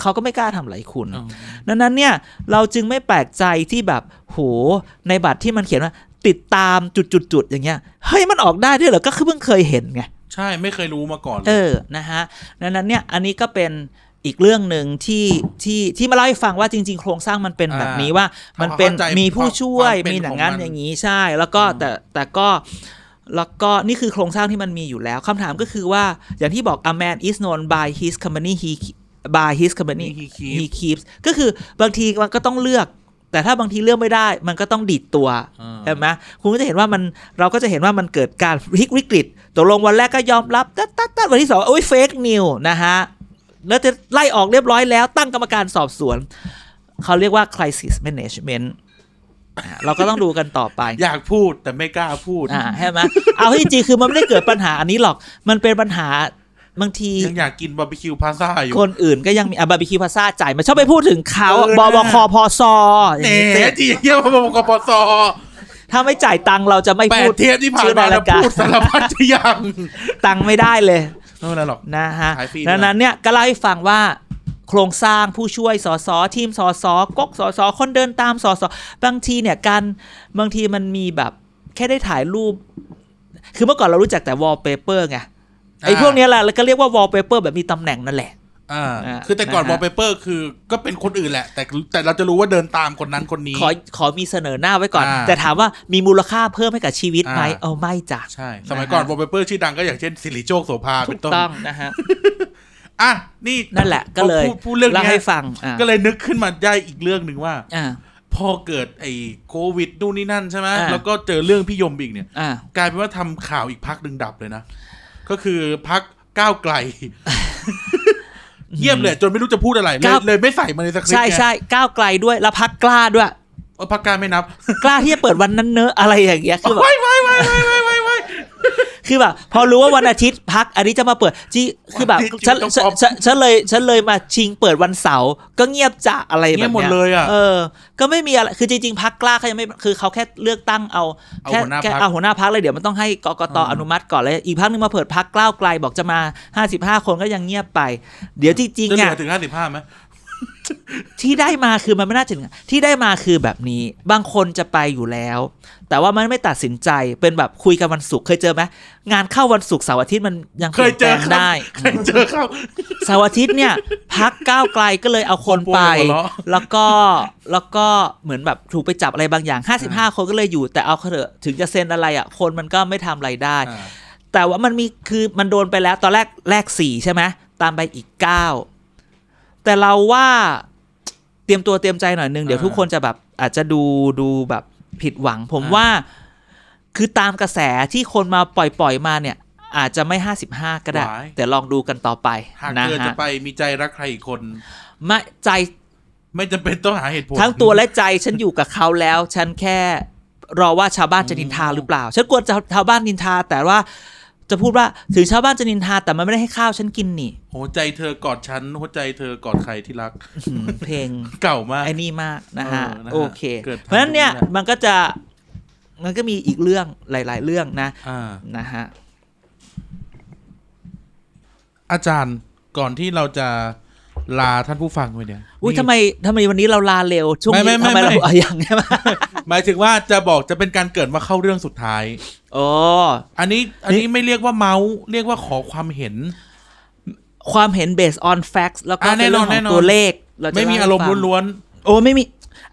เขาก็ไม่กล้าทำอะไรคุณ เอา ดังนั้นเนี่ยเราจึงไม่แปลกใจที่แบบโหในบัตรที่มันเขียนว่า ติดตามจุดๆๆอย่างเงี้ยเฮ้ยมันออกได้ด้วยเหรอก็คือเพิ่งเคยเห็นไง ใช่ไม่เคยรู้มาก่อนเลย เออนะฮะดังนั้นเนี่ยอันนี้ก็เป็นอีกเรื่องหนึ่งที่ที่ที่มาเล่าให้ฟังว่าจริง ๆ โครงสร้างมันเป็นแบบนี้ว่ามันเป็นมีผู้ช่วยมีหนังงานอย่างนี้ใช่ แล้วก็แต่แต่ก็แล้วก็นี่คือโครงสร้างที่มันมีอยู่แล้วคำถามก็คือว่าอย่างที่บอก a man is known by his company he by his company นี่ฮีคีฟ he keeps ก็คือบางทีมันก็ต้องเลือก แต่ถ้าบางทีเลือกไม่ได้ มันก็ต้องดีดตัว อ่า ใช่ไหมคุณก็จะเห็นว่ามันเราก็จะเห็นว่ามันเกิดการพลิกวิกฤตตกลงวันแรกก็ยอมรับตัดตัดตัดวันที่สองโอ้ยเฟกนิวนะฮะ แล้วจะไล่ออกเรียบร้อยแล้วตั้งกรรมการสอบสวน เขาเรียกว่า crisis management อ่ะเราก็ต้องดูกันต่อไป อยากพูดแต่ไม่กล้าพูด อ่าใช่ไหมเอาที่จริงคือมันไม่ได้เกิดปัญหาอันนี้หรอก มันเป็นปัญหาบางที ยังอยากกินบาร์บีคิวพาซ่าอยู่ คนอื่นก็ยังมีบาร์บีคิวพาซาจ่ายมาชอบไปพูดถึงเขา เออ บบ นะ คพซอ เน ย่างนี้ ่ สิ จีเยี่ยมพบกปส ถ้าไม่จ่ายตังค์เราจะไม่ แป พู ด ด เทปที่ผ่าน ชื่อ มา ใน เรา รายการ พูดสารพัดจะยัง ตังค์ไม่ได้เลย ไม่เป็นไรหรอก นะฮะ ขายฟรี ดังนั้นเนี่ยก็เล่าให้ฟังว่า โครงสร้างผู้ช่วยสสทีมสสก๊กสสคนเดินตามสสบางทีเนี่ยการบางทีมันมีแบบแค่ได้ถ่ายรูป คือเมื่อก่อนเรารู้จักแต่วอลเปเปอร์ไงไอ้พวกเนี้ยแหละแล้วก็เรียกว่าวอลเปเปอร์แบบมีตำแหน่งนั่นแหละ อ่า อ่า คือแต่ก่อน นะ ว ฮะ อลเปเปอร์คือก็เป็นคนอื่นแหละ แต่แต่เราจะรู้ว่าเดินตามคนนั้นคนนี้ ขอขอมีเสนอหน้าไว้ก่อน อ่า แต่ถามว่ามีมูลค่าเพิ่มให้กับชีวิตไหม อ่า เอาไม่จ้ะ ใช่ สมัยก่อน นะฮะ วอลเปเปอร์ชื่อดังก็อย่างเช่นสิริโชคโสภา ถู เป็น ก ต้น ต้องนะฮะ อ่ะนี่ นั่นแหละก็เลย พอพูดพูดเรื่อง เล่า นี้ ให้ฟังอ่า ก็เลยนึกขึ้นมาได้อีกเรื่องหนึ่งว่า อ่า พอเกิดไอ้โควิดนู่นนี่นั่นใช่ไหม อ่า แล้วก็เจอเรื่องพี่ยมอีกเนี่ย อ่า กลายเป็นว่าทำข่าวอีกพักหนึ่งดับเลยนะ ก็คือพักก้าวไกล เยี่ยมเลยจนไม่รู้จะพูดอะไร เลย ก้าว เลยไม่ใส่มาในสคริปต์ ใช่ ไง ใช่ก้าวไกลด้วยแล้วพักกล้าด้วย เออพักการไม่นับ กล้าที่จะเปิดวันนั้นเนอะอะไรอย่างเงี้ยคือแบบ ไว้ไว้ไว้ไว้ไว้ไว้ไว้ คือแบบพอรู้ว่าวันอาทิตย์พักอันนี้จะมาเปิดจีคือแบบ วันอาทิตย์ ฉัน ต้อง ฉัน ออฟ ฉันฉันเลยฉันเลยมาชิงเปิดวันเสาร์ก็เงียบจะอะไรแบบ เงี เนี้ ยบหมดเลยอะ เออ ก็ไม่มีอะไรคือจริงๆพักกล้าเขายังไม่คือเขาแค่เลือกตั้งเอา เอา แค่ หัวหแค่น้าพรรคเอาหัวหน้าพักเลยเดี๋ยวมันต้องให้กกตอนุมัติก่อนเลยอีกพักนึงมาเปิดพักกล้าวไกลบอกจะมา 55 คนก็ยังเงียบไป เดี๋ยวจริง จะ ๆ เหลื อ่ะ อถึงห้าสิบห้าไหม ที่ได้มาคือมันไม่น่าจะถึงที่ได้มาคือแบบนี้ บางคนจะไปอยู่แล้ว แต่ว่ามันไม่ตัดสินใจเป็นแบบคุยกันวันศุกร์เคยเจอไหมงานเข้าวันศุกร์เสาร์อาทิตย์มันยัง เคยเจอ ปลี่น ค แปลง รับ ได้ เคยเจอครับ เสาร์อาทิตย์เนี่ย พักก้าวไกลก็เลยเอาคนไป คนป่วยหัวเราะ แล้วก็แล้วก็เหมือนแบบถูกไปจับอะไรบางอย่าง 55 คนก็เลยอยู่แต่เอาเขาเถอะถึงจะเซ็นอะไรอ่ะคนมันก็ไม่ทำอะไรได้ อ่า แต่ว่ามันมีคือมันโดนไปแล้วตอนแรกแรกสี่ใช่ไหมตามไปอีกเก้าแต่เราว่าเตรียมตัวเตรียมใจหน่อยนึง เดี๋ยวทุกคนจะแบบอาจจะดูดูแบบผิดหวัง ผมว่าคือตามกระแสที่คนมาปล่อยๆมาเนี่ย อาจจะไม่ห้าสิบห้าก็ได้ ว้าย แต่ลองดูกันต่อไป หาก นะ เธอจะ ฮะ ไปมีใจรักใครอีกคน ไม่ใจ ไม่จำเป็นต้องหาเหตุผล ทั้งตัวและใจฉันอยู่กับเขาแล้ว ฉันแค่รอว่าชาวบ้านจะนินทาหรือเปล่า ฉันกลัวจะชาวบ้านนินทา แต่ว่าจะพูดว่าถึงชาวบ้านจะนินทา แต่มันไม่ได้ให้ข้าวฉันกินนี่ หัวใจเธอกอดฉันหัวใจเธอกอดใครที่รัก อืมเพลง เก่ามาก ไอ้นี่มากนะฮะ เออนะฮะ โอเค เกิด เพราะฉะนั้นเนี่ย ทางนี้แหละ มันก็จะมันก็มีอีกเรื่องหลาย ๆ เรื่องนะ อ่า นะฮะ อาจารย์ก่อนที่เราจะลาท่านผู้ฟังไปเนี่ย อุ้ยทำไมทำไมวันนี้เราลาเร็วช่วง ไม่ นี้ ไม่ ทำไม ไม่ เราเอาอย่างเนี้ยมา หมายถึงว่าจะบอกจะเป็นการเกริดว่าเข้าเรื่องสุดท้าย โอ้ อันนี้อันนี้ไม่เรียกว่าเมาส์เรียกว่าขอความเห็น ความเห็น based on facts แล้วก็ อ่ะแน่นอน เป็เรื่ แน่ งขนอน ตัวเลขเจะ ไม่มี เล่ให้ อารมณ์ ฟัง ล้วน โอ้ไม่มี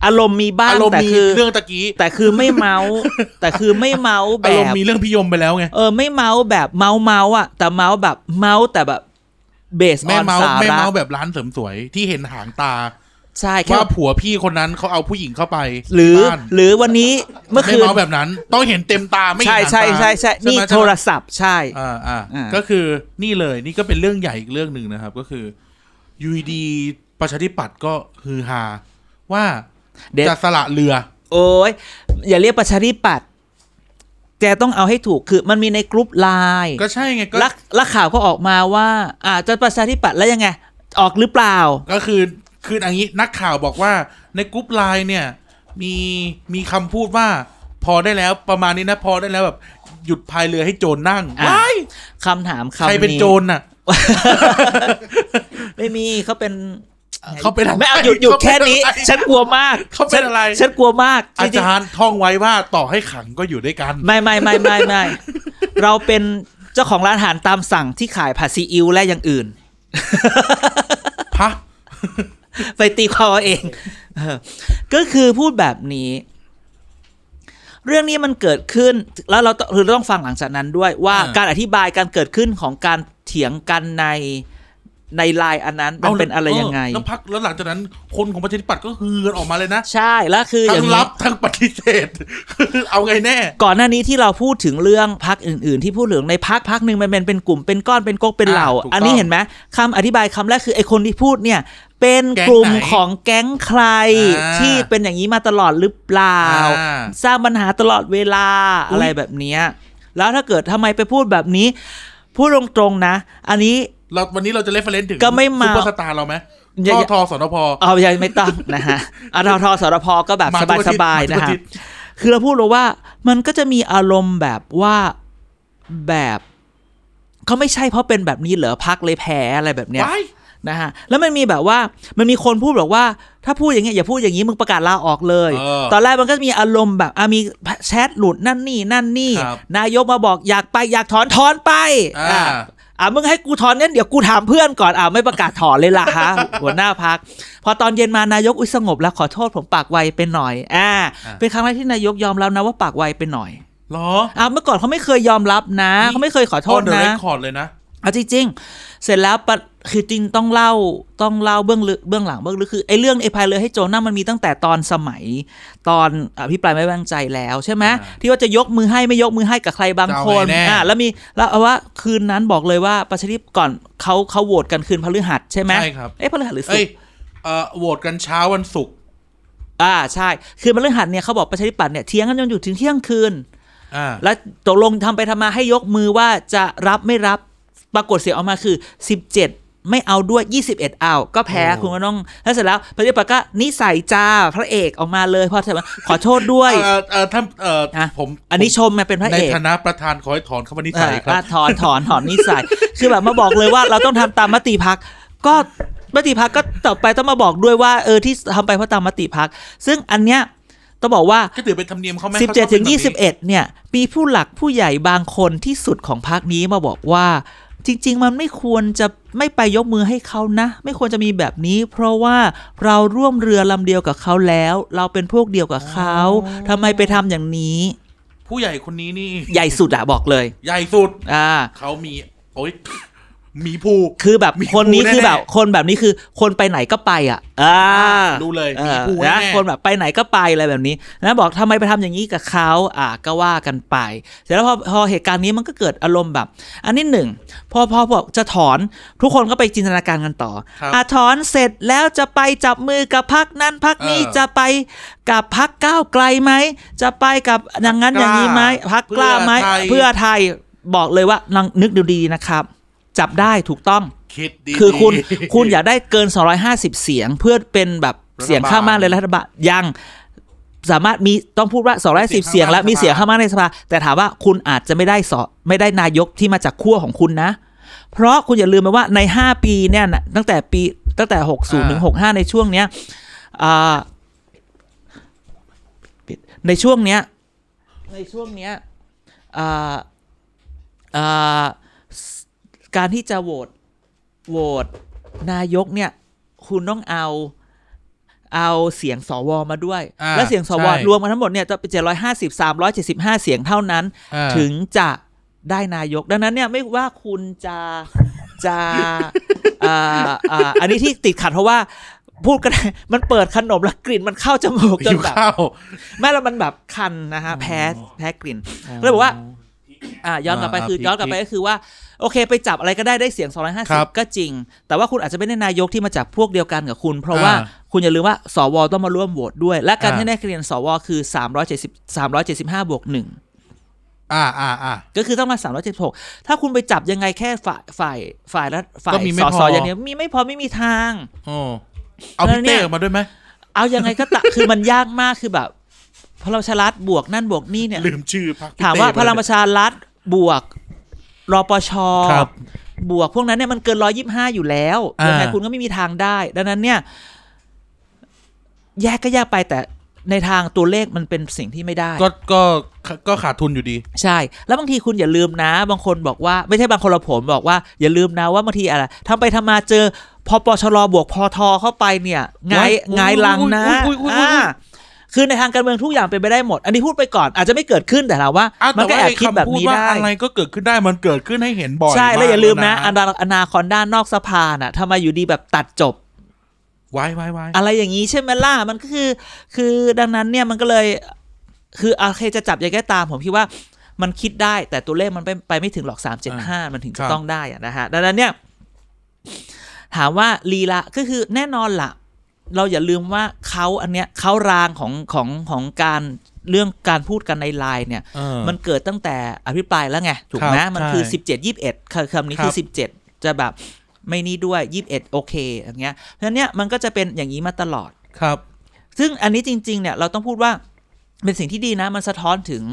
อารมณ์มี ๆ บ้าง อารมณ์ แต่ มี คือ เรื่องตะกี้ แต่คือไม่เมาส์ แต่คือไม่เมาส์แบ อารม บ ณ์มีเรื่องพิยมไปแล้วไง เออไม่เมาส์แบบเมาส์เมาส์อ่ะแต่เมาส์แบบเมาส์แต่แบบ based แม่ on เมาส์ สา แม่ ระ เมาส์แบบร้านเสริมสวยที่เห็นหางตา ใช่แค่ ว่าผัวพี่คนนั้นเขาเอาผู้หญิงเข้าไป หรือ บ้าน หรือวันนี้เมื่อ ไม่ คืน เมาส์แบบนั้น ต้องเห็นเต็มตาไม่เห็น ใช่ หางตา ใช่ใช่ใช่ ไหม นี่ ไหม โทรศัพท์ใช่ อ่าอ่า อ่า ก็คือนี่เลยนี่ก็เป็นเรื่องใหญ่อีกเรื่องหนึ่งนะครับ ก็คือยูดีประชาธิปัตย์ก็ฮือฮาว่า เด็ด จะสละเรือ โอ้ยอย่าเรียกประชาธิปัตย์แกต้องเอาให้ถูกคือมันมีในกรุ๊ปไลน์ ก็ใช่ไงก็ ลักลักข่าวก็ออกมาว่าอาจะประชาธิปัตย์แล้วยังไง ออกหรือเปล่า ก็คือคืออย่างนี้นักข่าวบอกว่าในกรุ๊ปไลน์เนี่ย มีมีคำพูดว่าพอได้แล้วประมาณนี้นะพอได้แล้วแบบ หยุดพายเรือให้โจรนั่ง อ่า ว้าย คำถามคำนี้ ใครเป็นโจรน่ะ ไม่มีเขาเป็น เขาเป็นอะไร ไม่เอาหยุดหยุด เขาเป็น แค่นี้ อะไร ฉันกลัวมาก เขาเป็นอะไร ฉัฉันกลัวมาก อา ที่ที่ จารย์ท่องไว้ว่าต่อให้ขังก็อยู่ด้วยกัน ไม่ไม่ไม่ไม่ไม่ เราเป็นเจ้าของร้านอาหารตามสั่งที่ขายผัดซีอิ๊วและอย่างอื่น พะ ไปตีความเอาเอง เออก็คือพูดแบบนี้ เรื่องนี้มันเกิดขึ้น แล้วเราต้องคือต้องฟังหลังจากนั้นด้วยว่า อ่า การอธิบายการเกิดขึ้นของการเถียงกันในในไลน์อันนั้นมันเป็นอะไรยังไง เแล้วพักแล้วหลังจากนั้นคนของประชาธิปัตย์ก็ฮือกันออกมาเลยนะ ใช่แล้วคืออ ทั้ ย่าง ง รั นี้ บทั้งปฏิเสธ เอาไงแน่ ก่อนหน้านี้ที่เราพูดถึงเรื่องพักอื่น ๆ ที่พูดถึงในพักพักหนึ่งมันเป็นเป็นกลุ่มเป็นก้อนเป็นก๊กเป็นเหล่า อ่าถูกต้อง อันนี้เห็นไหมคำอธิบายคำแรกคือไอคนที่พูดเนี่ย เป็นกลุ่ม แก๊งไหน ของแก๊งใคร อ่า ที่เป็นอย่างนี้มาตลอดหรือเปล่า อ่า สร้างปัญหาตลอดเวลา อุ๊ย อะไรแบบเนี้ยแล้วถ้าเกิดทำไมไปพูดแบบนี้ พูดตรงๆนะ อันนี้ เราวันนี้เราจะเลฟเฟรนถึง ก็ไม่มา ซุปเปอร์สตาร์เราไหม อย่าอทอย่าง ทอสนพ เอาใหญ่ไม่ต้องนะฮะ อาททสรพก็แบบ มาทุกอาทิตย์ สบายๆมาทุก นะ อา ฮะ ทิตย์ คือเราพูดเลยว่ามันก็จะมีอารมณ์แบบว่าแบบเขาไม่ใช่เพราะเป็นแบบนี้เหรอพักเลยแพ้อะไรแบบเนี้ย ว้าย นะฮะแล้วมันมีแบบว่ามันมีคนพูดบอกว่า ถ้าพูดอย่างเงี้ยอย่าพูดอย่างนี้มึงประกาศลาออกเลย เออ ตอนแรกมันก็มีอารมณ์แบบอ่ะมีแชทหลุดนั่นนี่นั่นนี่ ครับ นายกมาบอกอยากไปอยากถอนถอนไป อ่า อ่ะ อ่ะมึงให้กูถอนเนี่ยเดี๋ยวกูถามเพื่อนก่อนอ่ะไม่ประกาศถอนเลยล่ะฮ ะ หัวหน้าพัก พอตอนเย็นมานายกอุ้ยสงบแล้วขอโทษผมปากไวไปหน่อยอ่า อ่ะ เป็นครั้งแรกที่นายกยอมรับนะว่าปากไวไปหน่อย เหรอ อ่ะเมื่อก่อนเขาไม่เคยยอมรับนะ นี่ เขาไม่เคยขอโทษ เดอะ นะ เรคคอร์ดเลยนะ เอาจริงๆเสร็จแล้วปะคือจริงต้องเล่าต้องเล่าเบื้องลึกเบื้องหลังเบื้องลึกคือไอ้เรื่องไอ้พายเรือให้โจรนั่นมันมีตั้งแต่ตอนสมัย ตอนอภิปรายไม่ไว้วางใจแล้วใช่ไหม อ่า ที่ว่าจะยกมือให้ไม่ยกมือให้กับใครบางคน จะเอาไงแน่ อ่า แล้วมีแล้วเอาว่าคืนนั้นบอกเลยว่าประชาธิปก่อนเขาเขาโหวตกันคืนพฤหัสใช่ไหม ใช่ครับ เอ้พฤหัสหรือศุ เอ้ย กร์ เอ่อโหวตกันเช้าวันศุกร์ อ่าใช่ คืนพฤหัสเนี่ยเขาบอกประชาธิปัตย์เนี่ยเที่ยงกันจนอยู่ถึงเที่ยงคืน อ่า แล้วตกลงทำไปทำมาให้ยกมือว่าจะรับไม่รับปรากฏเสียงออกมาคือ 17 ไม่เอาด้วย 21 เอา ก็แพ้คุณก็ต้องแล้วเสร็จแล้วประชาธิปัตย์ก็นิสัยจ้าพระเอกออกมาเลยพอเสร็จมาขอโทษด้วย เอ่อเอ่อถ้าเอ่อ ฮะ ผม อันนี้ชมมาเป็นพระ ใน เอก ฐานะประธานขอให้ถอนคำวินิจฉัยเออครั อ่ะ บ ถอนถอนถอนนิสัย คือแบบมาบอกเลยว่าเราต้องทำตามมติพัก ก็มติพักก็ต่อไปต้องมาบอกด้วยว่า เออที่ทำไปเพราะตามมติพัก ซึ่งอันเนี้ย ต้องบอกว่า ก็ถือเป็นธรรมเนียมเขาไหม 17ถึง ขาชอบป็นแบบนี้ 21 เนี่ย ปีผู้หลักผู้ใหญ่บางคนที่สุดของพรรคนี้มาบอกว่า จริง ๆ มันไม่ควรจะไม่ไปยกมือให้เขานะ ไม่ควรจะมีแบบนี้ เพราะว่าเราร่วมเรือลำเดียวกับเขาแล้ว เราเป็นพวกเดียวกับเขาทำไมไปทำอย่างนี้ ผู้ใหญ่คนนี้นี่ ใหญ่สุดอะบอกเลย ใหญ่สุด อ่า เขามีโอ๊ยหมีภู คือแบบ มี คนนี้ กูแน่ๆ คือแบบคนแบบนี้คือคนไปไหนก็ไปอ่ะ อ่า ดูเลย อ มี อ กูแน่ นะ ๆ คนแบบไปไหนก็ไปอะไรแบบนี้นะบอกทำไมไปทำอย่างนี้กับเขาอ่าก็ว่ากันไป เสร็จแล้วพอพอเหตุการณ์นี้มันก็เกิดอารมณ์แบบ อันนี้หนึ่งพอพอบอกจะถอนทุกคนก็ไปจินตนาการกันต่อ ครับ อ่ะถอนเสร็จแล้วจะไปจับมือกับพักนั้นพักนี้ เออ จะไปกับพักก้าวไกลไหมจะไปกับอย่างนั้นอย่างนี้ไหมพักกล้าไหม เพื่ เพื่อ อไทย ไทยบอกเลยว่าลองนึกดูดีนะครับ จับได้ถูกต้อง คิดดีๆ คือคุณคุณอยากได้เกิน 250 เสียงเพื่อเป็นแบบ รัฐบาล เสียงข้างมากในรัฐบาลยังสามารถมีต้องพูดว่า 210 เสี เสีย ย ง ง แล้ว ข้างมากในสมีภามีเสียงข้างมากในสภาแต่ถามว่าคุณอาจจะไม่ได้สอไม่ได้นายกที่มาจากขั้วของคุณนะ เพราะคุณอย่าลืมไปว่าใน 5 ปีเนี่ยนะตั้งแต่ปีตั้งแต่ 60 ถึง 65 ในช่วงเนี้ยอ่าปิดในช่วงเนี้ยในช่วงเนี้ยอ่าอ่า การที่จะโหวตโหวตนายกเนี่ย คุณต้องเอาเอาเสียงสวมาด้วย อ่า และเสียงสว ใช่ รวมกันทั้งหมดเนี่ยจะเป็นเจ็ดร้อยห้าสิบสามร้อยเจ็ดสิบห้าเสียงเท่านั้น อ่า ถึงจะได้นายก ดังนั้นเนี่ยไม่ว่าคุณจะจะอ่าอ่าอันนี้ที่ติดขัดเพราะว่าพูดกัน มันเปิดขนมแล้วกลิ่นมันเข้าจมูกจ อน ยู่ แบบ ข้าว ไม่แล้วมันแบบคันนะฮะแพ้แพ้กลิ่นเลยบอกว่า อ่ะย้อนกลับไป อ่า คือ พลิก ย้อนกลับไปก็คือว่าโอเค ไปจับอะไรก็ได้ได้เสียง ครับ 250 ก็จริง แต่ว่าคุณอาจจะไม่ได้นายกที่มาจากพวกเดียวกันกับคุณ เพราะว่าคุณอย่าลืมว่าสวต้องมาร่วมโหวตด้วย และการที่ได้คะแนนสวคือ 370 375บวกหนึ่ง อ่าอ่าอ่า ก็คือต้องมา 376 ถ้าคุณไปจับยังไงแค่ฝ่ายฝ่ายฝ่ายรัฐฝ่าย ก็มีไม่ ส พอ สอย่างเดียวมีไม่พอไม่มีทาง โอ้เอาพี่เต้ออกมาด้วยไหม เอายังไงก็ตะ คือมันยากมากคือแบบพลังประชารัฐบวกนั่นบวกนี่เนี่ย ลืมชื่อพรรคพี่ ถาม เต้ ว่า ไป พลัง เย ประชารัฐบวกรอปช ครับ บวกพวกนั้นเนี่ยมันเกินร้อยิบห้าอยู่แล้ว อ่ายั ยังไงคุณก็ไม่มีทางได้ ดังนั้นเนี่ย แยกก็แยกไปแต่ในทางตัวเลขมันเป็นสิ่งที่ไม่ได้ ก็ก็ก็ขาดทุนอยู่ดี ใช่ แล้วบางทีคุณอย่าลืมนะ บางคนบอกว่าไม่ใช่บางคนละผมบอกว่าอย่าลืมนะว่าบางทีอะไรทำไปทำมาเจอพอปชรบวกพอทอเข้าไปเนี่ยไงาย โอ๊ย ไงายหลังนะ อุ๊ยอุ๊ยอุ๊ยอุ๊ยอุ๊ย อ่าคือในทางการเมืองทุกอย่างเป็นไปได้หมด อันนี้พูดไปก่อนอาจจะไม่เกิดขึ้นแต่เราว่า ะ มันก็ ต่ แอ ว่า บคิดแบบนี้ ไอ้ำพูว่า ได้ อะไรก็เกิดขึ้นได้มันเกิดขึ้นให้เห็นบ่อย ใช่แล้วอย่าลืมนะ อ อัน นาอนาคอนด้านอกสภาน่ะทำไมอยู่ดีแบบตัดจบ ไว้ไว้ไว้ อะไรอย่างนี้ใช่ไหมล่ะมันก็คือ คือดังนั้นเนี่ยมันก็เลย คือโอเคจะจับยังไงก็ตาม ผมคิดว่ามันคิดได้แต่ตัวเลขมันไปไปไม่ถึงหรอกสามเจ็ดห้ามันถึงจะต้องได้อะนะฮะดังนั้นเนี่ย ถามว่าลีละก็คือแน่นอนล่ะ เราอย่าลืมว่าเขาอันเนี้ยเขารางของของของการเรื่องการพูดกันในไลน์เนี่ย เออ มันเกิดตั้งแต่อภิปรายแล้วไง ถูกไหม ครับ มันคือ ใช่ 17 21คำคำนี้ ครับ คือ 17 จะแบบไม่นี่ด้วย 21 โอเคอย่างเงี้ยเพราะฉะนั้นเนี่ยมันก็จะเป็นอย่างนี้มาตลอด ครับ ซึ่งอันนี้จริง ๆ เนี่ยเราต้องพูดว่าเป็นสิ่งที่ดีนะ มันสะท้อนถึง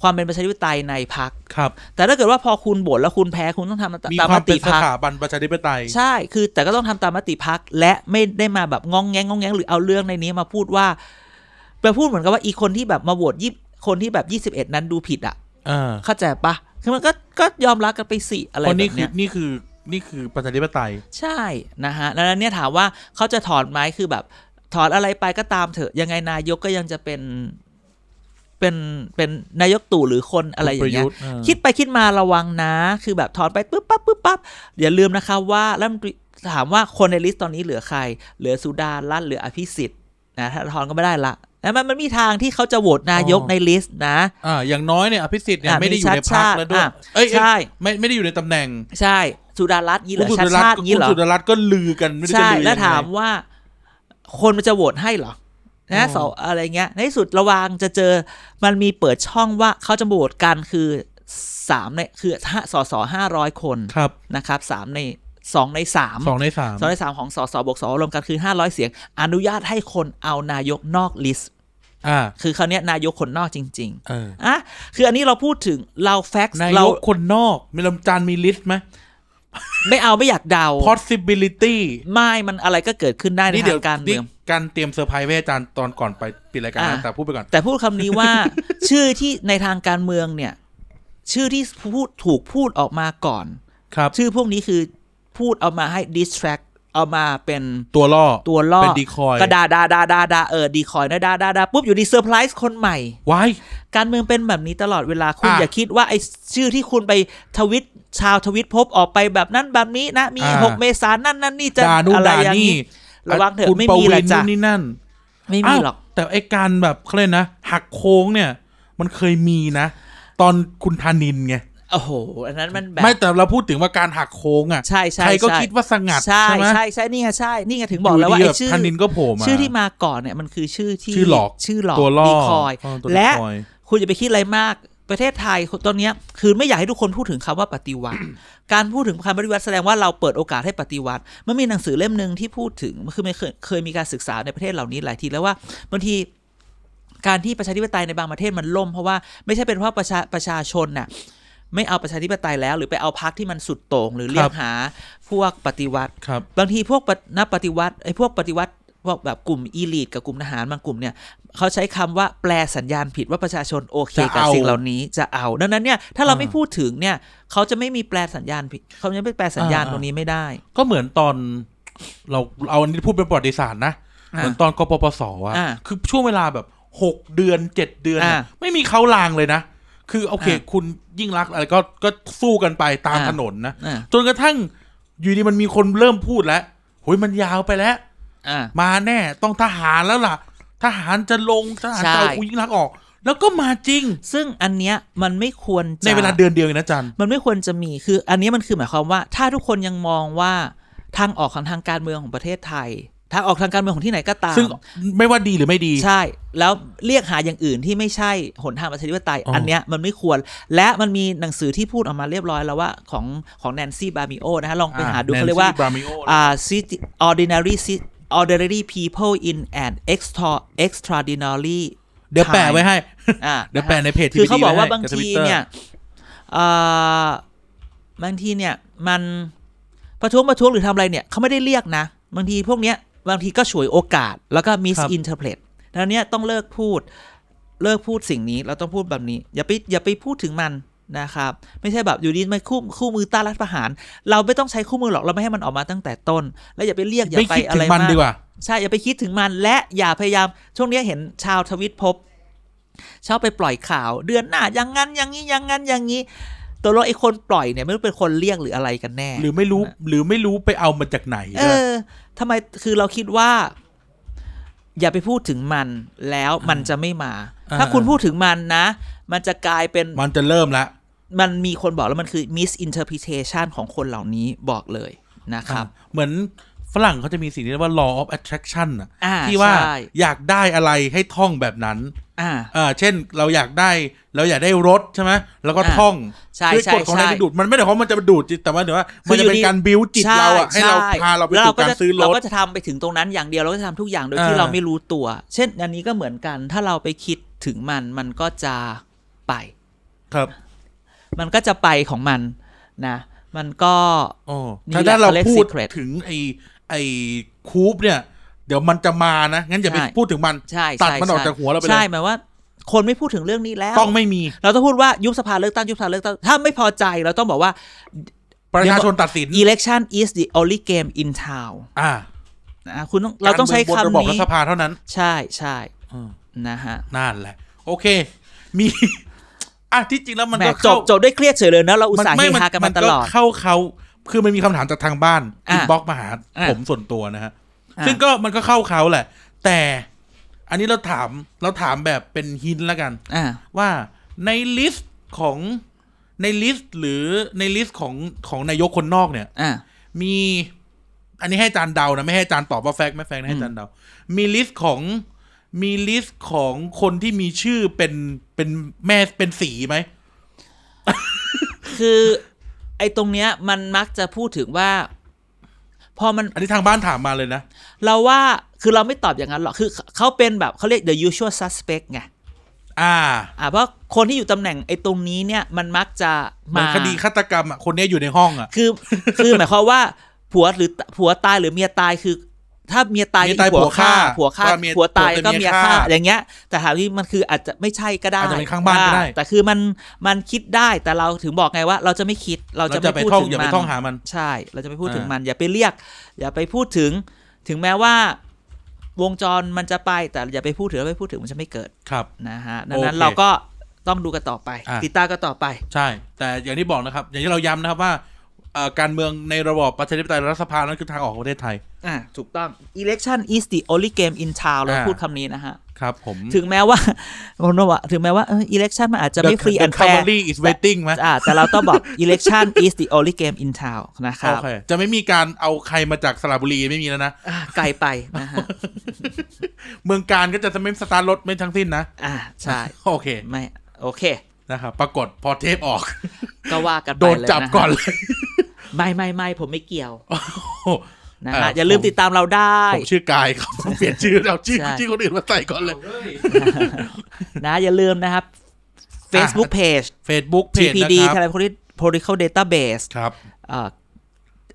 ความเป็นประชาธิปไตยในพัก ครับ แต่ถ้าเกิดว่าพอคุณบ่นแล้วคุณแพ้คุณต้องทำ มี ตาม ความ มเป็ ติ นส พัก ถาบันประชาธิปไตย ใช่ คือแต่ก็ต้องทำตามมติพักและไม่ได้มาแบบงองแงงงองแงงหรือเอาเรื่องในนี้มาพูดว่าไปพูดเหมือนกับว่าอีคนที่แบบมาโหวตยี่คนที่แบบยี่สิบเอ็ดนั้นดูผิดอ่ะ เออ เข้าใจปะคือมันก็ก็ยอมรับกันไปสิอะไร เพ แบ ราะนี่ บ คื เนี้ อย นี่คือนี่คือประชาธิปไตย ใช่นะฮะดังนั้นเนี่ยถามว่าเขาจะถอนไหมคือแบบ ถอนอะไรไปก็ตามเถอะ ยังไงนายกก็ยังจะเป็นเป็นเป็นนายกตู่หรือคนอะไรอย่าง ประ เงี้ยยุทธ์เออ คิดไปคิดมาระวังนะ คือแบบถอนไปปุ๊บปั๊บปุ๊บปั๊บอย่าลืมนะคะว่ารัฐมนตรีถามว่าคนในลิสต์ตอนนี้เหลือใคร เหลือสุดารัตน์เหลืออภิสิทธิ์นะถ้าถอนก็ไม่ได้ละแล้วมันมันมีทางที่เขาจะโหวตนายกในลิสต์นะ อ่า อย่างน้อยเนี่ยอภิสิทธิ์เนี่ย อ่ะ ไม่ได้อยู่ มี ใน ชัดพัก ชาติ แล้วด้วย อ่ะ เอ้ยเอ้ย ใช่ ไม่ไม่ได้อยู่ในตำแหน่ง ใช่สุดารัตน์นี่เหรอ คุณ ชา สุ ติ ดารั ชา ต ติ น์ นี่ คุ เห ณ รอ สุดารัตน์ก็ลือกันไม่รู้จะ ใช่ ลือ แล้ว ยังไง ถามว่าคนมันจะโหวตให้เหรอนะ อ๋อ สออะไรเงี้ย ในที่สุดระวังจะเจอมันมีเปิดช่องว่าเขาจะโหวตกันคือสามในคือห้าสอสอห้าร้อยคน ครับ นะครับสามในสองในสาม สองในสาม สองในสามของสอสอบวกสอรวมกันคือห้าร้อยเสียง อนุญาตให้คนเอานายกนอกลิสต์ อ่า คือคราวเนี้ยนายกคนนอกจริง เออ ๆอ่ะคืออันนี้เราพูดถึงเราแฟกซ์ นาย เรา กคนนอกมีลำจานมีลิสต์ไหม ไม่เอาไม่อยากเดา possibility ไม่มันอะไรก็เกิดขึ้นได้ใน นี่เดี๋ ทา ยว งการเมือง การเตรียมเซอร์ไพรส์ไว้ให้อาจารย์ตอนก่อนไปปิดรายการนะ อ่ะ แต่พูดไปก่อน แต่พูดคำนี้ว่า ชื่อที่ในทางการเมืองเนี่ย ชื่อที่พูดถูกพูดออกมาก่อน ครับ ชื่อพวกนี้คือพูดเอามาให้ distract เอามาเป็น ตัวล่อ ตัวล่อ เป็น decoy กระดาดาดาดาดาเออดีคอยนะดาดาดาปุ๊บอยู่ดีเซอร์ไพรส์คนใหม่ ไว้ การเมืองเป็นแบบนี้ตลอดเวลาคุณ อ่ะ อย่าคิดว่าไอ้ชื่อที่คุณไปทวิตชาวทวิตพบออกไปแบบนั้นแบบนี้นะ มี อ่า หกเมษายนนั่นนั่นนี่จะ ด่านู่น อะไร ด่า อย่าง นี่ นี้ ระวังเถอะ คุณ ไม่ ป มี วิ ละ น จ้ะ นู่นนี่นั่น ไม่มี าว หรอก แต่ไอการแบบเขาเรียกนะ หักโค้งเนี่ย มันเคยมีนะ ตอนคุณธานินไง โอ้โห อันนั้นมันแบบ ไม่แต่เราพูดถึงว่าการหักโค้งอ่ะ ใช่ใช่ รก็ ใช่ คิดว่าสงัด ใช่ ใช่ไหม ใช่ใช่นี่ไงใช่นี่ไงถึงบอกแล้วว่า ยู่ ไอ้ ดีบบ ชื่อ ธานินก็โผล่มา ชื่อที่มาก่อนเนี่ยมันคือชื่อที่ ชื่อหลอก ชื่อหลอก ตัวล่อ ดีคอย อ๋อตัว และ decoy คุณจะไปคิดอะไรมากประเทศไทยตอนเนี้ยคือไม่อยากให้ทุกคนพูดถึงคำว่าปฏิวัติ การพูดถึงคำปฏิวัติแสดงว่าเราเปิดโอกาสให้ปฏิวัติมันมีหนังสือเล่มหนึ่งที่พูดถึงคือมันเคยเคยมีการศึกษาในประเทศเหล่านี้หลายทีแล้วว่าบางที การที่ประชาธิปไตยในบางประเทศมันล่มเพราะว่าไม่ใช่เป็นเพราะประชาประชาชนน่ะไม่เอาประชาธิปไตยแล้ว หรือไปเอาพรรคที่มันสุดโต่งหรือเรีย ครั ก บ หาพวกปฏิวัติ ครับ บางทีพวกปะนักปฏิวัติไอ้พวกปฏิวัติพวกแบบกลุ่มอีลีทกับกลุ่มทหารบางกลุ่มเนี่ยเขาใช้คำว่าแปลสัญญาณผิดว่าประชาชนโอเค จะ กับ เอา สิ่งเหล่านี้จะเอาดังนั้นเนี่ยถ้าเรา อ่า ไม่พูดถึงเนี่ยเขาจะไม่มีแปลสัญญาณผิดเขาจะไม่แปลสัญญาณ อ่า ตรงนี้ไม่ได้ ก็เหมือนตอนเราเอาอันนี้พูดเป็นประวัติศาสตร์นะ อ่ะ เหมือนตอนกปปสอะ อ่ะ คือช่วงเวลาแบบหกเดือนเจ็ดเดือน อ่ะ น่ะไม่มีเขาลางเลยนะ คือโอเค อ่ะ คุณยิ่งรักษณ์อะไรก็ก็สู้กันไปตาม อ่ะ ถนนนะ อ่ะ จนกระทั่งอยู่ดีมันมีคนเริ่มพูดแล้วโหยมันยาวไปแล้ว อ่า มาแน่ต้องทหารแล้วล่ะ ทหารจะลงทหารจะเอา ใช่ คุณยิ่งรักษณ์ออก แล้วก็มาจริง ซึ่งอันเนี้ยมันไม่ควรจะ ในเวลาเดือนเดียวเองนะจัน มันไม่ควรจะมีคืออันนี้มันคือหมายความว่า ถ้าทุกคนยังมองว่าทางออกของทางการเมืองของประเทศไทยทางออกทางการเมืองของที่ไหนก็ตาม ซึ่งไม่ว่าดีหรือไม่ดี ใช่ แล้วเรียกหาอย่างอื่นที่ไม่ใช่หนทางประชาธิปไตย อ๋ออั อันเนี้ยมันไม่ควร และมันมีหนังสือที่พูดออกมาเรียบร้อยแล้วว่าของของแนนซี่บามิโอนะฮะ ลองไป อ่า หาดู Nancy เขาเรียกว่า Bramio อ่า City- ordinary City- ordinary people in an extra- extraordinary เดี๋ยวแปะไว้ให้ อ่า เดี๋ยวแปะในเพจ คือเขา TBD บอกว่า ไให้ บาง กั ที Twitter เนี่ยเอ่อบางทีเนี่ย มันประท้วงประท้วงหรือทำอะไรเนี่ยเขาไม่ได้เรียกนะ บางทีพวกเนี้ยบางทีก็ฉวยโอกาส แล้วก็มิสอินเทอร์เพลตดังนั้นเนี่ยต้องเลิกพูด เลิกพูดสิ่งนี้เราต้องพูดแบบนี้ อย่าไปอย่าไปพูดถึงมันนะครับ ไม่ใช่แบบอยู่ดีมาคู่คู่มือต้านรัฐประหาร เราไม่ต้องใช้คู่มือหรอกเราไม่ให้มันออกมาตั้งแต่ต้น แล้วอย่าไปเรียกอย่า ไม่ ไป คิด อะ ถึ ไรง มัน มาก ดีกว่า ใช่ อย่าไปคิดถึงมันและอย่าพยายาม ช่วงนี้เห็นชาวทวิตพบชอบไปปล่อยข่าว เดือนหน้าอย่างงั้นอย่างนี้อย่างงั้นอย่างนี้ ตัวเราไอ้คนปล่อยเนี่ยไม่รู้เป็นคนเรียกหรืออะไรกันแน่ หรือไม่รู้หรือไม่รู้ไปเอามาจากไหน เออทำไมคือเราคิดว่า อย่าไปพูดถึงมันแล้วมันจะไม่มา ถ้าคุณพูดถึงมันนะ มันจะกลายเป็น มันจะเริ่มละ มันมีคนบอกแล้วมันคือ misinterpretation ของคนเหล่านี้บอกเลยนะครับ เหมือนฝรั่งเขาจะมีสิ่งที่เรียกว่า law of attraction น่ะ อ่า ที่ว่า ใช่ อยากได้อะไรให้ท่องแบบนั้น อ่า อ่าเช่นเราอยากได้เราอยากได้รถใช่ไหมแล้วก็ อ่า ท่อง ใช่ ด้วย ใช่ กฎของแรง ใช่ ดึงดูดมันไม่ได้เพราะมันจะดูดจิตแต่ว่าเดี๋ยวว่ามันจะเป็นการบิวจิต ช่ เราอะให้เรา ช่ พาเราไป แล้ว สู่การ จะ ซื้อร เรา ถ ก็จะทำไปถึงตรงนั้นอย่างเดียวเราก็จะทำทุกอย่างโดยที่ อ่า เราไม่รู้ตัว เช่นอันนี้ก็เหมือนกัน ถ้าเราไปคิดถึงมันมันก็จะไป ครับ มันก็จะไปของมันนะ มันก็ โอ้ นี่ ถ้า แหละ ด้านเรา เขาเรียก พูด secret ถึงไอ้ไอ้คูปเนี่ย เดี๋ยวมันจะมานะงั้นอย่าไป ใช่ พูดถึงมัน ใช่ ตัด ใช่ มันออก ใช่ จากหัวเราไปเล ใช่ ย หมายว่า คนไม่พูดถึงเรื่องนี้แล้ว ต้องไม่มี เราต้องพูดว่ายุบสภาเลือกตั้งยุบสภาเลือกตั้งถ้าไม่พอใจเราต้องบอกว่า ประชาชนตัดสิน election is the only game in town อ่า นะคุณต้องเราต้องใช้ กมืบนระบอบ คำ รัฐ นี้ สภาเท่านั้น ใช่ใช่นะฮะ นั่นแหละ โอเค มี อ่ะที่จริงแล้วมัน แหม่จก็เข้า บจบด้วยเครียดเฉยเลยนะเราอุต มัน ส่าห์เฮ ไม่มั ฮากันมาตลอด เข้าเขา คือมันมีคำถามจากทางบ้าน อ่ะ อินบ็อกซ์มาหา อ่ะ ผมส่วนตัวนะฮะ อ่ะ ซึ่งก็มันก็เข้าเขาแหละ แต่อันนี้เราถามเราถามแบบเป็นฮินแล้วกัน อ่า ว่าในลิสต์ของในลิสต์หรือในลิสต์ของของนายกคนนอกเนี่ย อ่า มี อันนี้ให้อาจารย์เดานะ ไม่ให้อาจารย์ตอบว่าแฟกต์ไม่แฟกต์นะให้อาจารย์เดา มีลิสต์ของมีลิสต์ของคนที่มีชื่อเป็นเป็นแม่เป็นสีไหม คือไอ้ตรงเนี้ยมันมักจะพูดถึงว่า พอมัน อันนี้ทางบ้านถามมาเลยนะ เราว่าคือเราไม่ตอบอย่างนั้นหรอกคือเขาเป็นแบบเขาเรียก the usual suspect ไง อ่า อ่าเพราะคนที่อยู่ตำแหน่งไอ้ตรงนี้เนี่ยมันมักจะ เหมือ มาน คดีฆาตกรรมอ่ะคนเนี้ยอยู่ในห้องอ่ะ คือ คือหมายความว่าผัวหรือผัวตายหรือเมียตายคือ ถ้าเมียตาย เมียตายผัวฆ่า ผัวฆ่า ว่าเมีย ผัวตาย ผัวเป็น ก็ เมี เมี ย ยฆ่า ฆ่า อย่างเงี้ย แต่ถามที่มันคืออาจจะไม่ใช่ก็ได้ อาจจะเป็นข้างบ้านก็ได้ แต่คือมันมันคิดได้แต่เราถึงบอกไงว่า เราจะไม่คิดเรา เรา จะ จะไป ไม่พูด ท่อง ถึง อย่า มั ไป น ท่องหามัน ใช่ เราจะไปพูด อ่า ถึงมัน อย่าไปเรียก อย่าไปพูดถึง ถึงแม้ว่า วงจรมันจะไป แต่อย่าไปพูดถึงแล้วไปพูดถึงมันจะไม่เกิด ครับ นะฮะ ดังนั้น โอเค เราก็ต้องดูกันต่อไป อ่ะ ติดตามกันต่อไป ใช่ แต่อย่างที่บอกนะครับ อย่างที่เราย้ำนะครับว่าเอ่อการเมืองในระบอบประชาธิปไตยรัฐสภานั้นคือทางออกของประเทศไทย อ่ะ ถูกต้อง election is the only game in town เรา อ่า พูดคำนี้นะฮะ ครับผม ถึงแม้ว่าผมบอกว่า ถึงแม้ว่าเออ election มันอาจจะไม่ free and r fair cavalry is waiting ไหม อ่ะแต่เราต้องบอก election is the only game in town นะครั โอบ เคจะไม่มีการเอาใครมาจากสระบุรีไม่มีแล้วนะ อ่ะไกลไปนะฮะ เมืองการก็จะสเมมสตาร์ทรถไม่ทั้งสิ้นนะ อ่ะใช่ โอเค ไม่โอเค นะครับปรากฏพอเทปออก ก็ว่ากันไป โดน เลจับยะฮะ ก่อนเลย ไม่ไม่ไม่ผมไม่เกี่ยว โอ้โห นะ อ่า ฮะอย่าลืมติดตามเราได้ ผมชื่อกายครับผมเปลี่ยนชื่อเอาชื่อ ใช่ ชื่อคนอื่นมาใส่ก่อนเลย นะ อย่าลืมนะครับ Facebook Page Facebook Page TPD นะค t h a รับ i l a n Political Database ครับ เอ่อ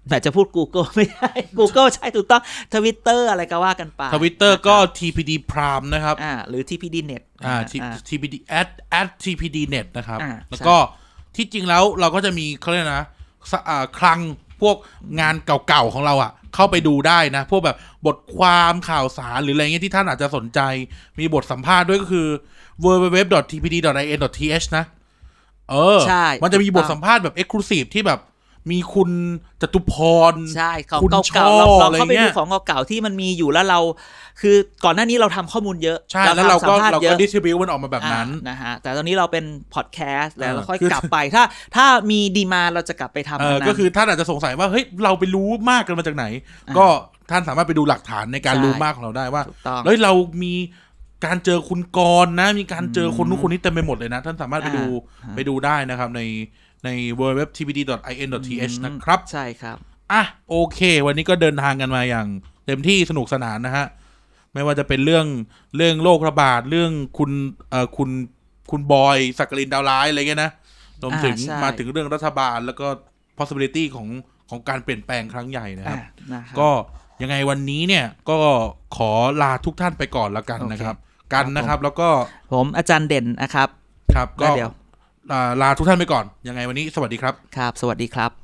แหมจะพูด Google ไม่ได้ Google ใช่ถูกต้อง Twitter อะไรก็ว่ากันไป Twitter ก็ TPD Prime นะครับ อ่าหรือ TPD Net นะอ่าฮะ T- อ่า TPD at at TPD net นะครับ อ่า แล้วก็ที่จริงแล้วเราก็จะมีเขาเรียกนะสะอ่าคลังพวกงานเก่าๆของเราอะ่ะ เข้าไปดูได้นะ พวกแบบบทความข่าวสารหรืออะไรเงี้ยที่ท่านอาจจะสนใจ มีบทสัมภาษณ์ด้วยก็คือ www.tpd.in.th นะ เออ ใช่ มันจะมีบท ถูกต้อง สัมภาษณ์แบบ Exclusive ที่แบบ มีคุณจตุพร ใช่ของ คุณช่ เก่า อ ๆเราเรา อะไร เข้าไปดู เงี้ย ของเก่าๆที่มันมีอยู่แล้วเรา คือก่อนหน้านี้เราทำข้อมูลเยอะ ใช่แล้วเรา ทำสั ก็ มภษณ์ เรา ย ก็ อะ ดิสทริบิวมันออกมาแบบนั้น อ่านะฮะแต่ตอนนี้เราเป็นพอดแคสต์แล้ว เออ เราค่อย คือ กลับไปถ้า ถ้ามีดีมาเราจะกลับไปทำ เอ อั อน นั้น ก็คือท่านอาจจะสงสัยว่าเฮ้ยเราไปรู้มากกันมาจากไหน อ่า ก็ท่านสามารถไปดูหลักฐานในการ ใช่ รู้มากของเราได้ว่า ถูกต้อง เฮ้ยเรามีการเจอคุณกรณ์นะ มีการเจอคนนู้นคนนี้เต็มไปหมดเลยนะ ท่านสามารถไปดู อ่า ไปดูได้นะครับ ในใน www.tpd.in.th นะครับ ใช่ครับ อ่ะโอเค วันนี้ก็เดินทางกันมาอย่าง เต็มที่สนุกสนานนะฮะ ไม่ว่าจะเป็นเรื่องเรื่องโรคระบาดเรื่องคุณเอ่อคุณคุณบอยสักกลินดาวร้ายอะไรเงี้ยนะรวมถึง อ่าใช่ มาถึงเรื่องรัฐบาลแล้วก็ possibility ของของการเปลี่ยนแปลงครั้งใหญ่นะครับ อ่ะนะครับ ก็ยังไงวันนี้เนี่ยก็ขอลาทุกท่านไปก่อนแล้วกันนะครับ กันนะครับแล้วก็ ผมอาจารย์เด่นนะครับ ครับ แล้ ก็ วเดี๋ยว อ่าลาทุกท่านไปก่อนยังไงวันนี้สวัสดีครับ ครับ สวัสดีครับ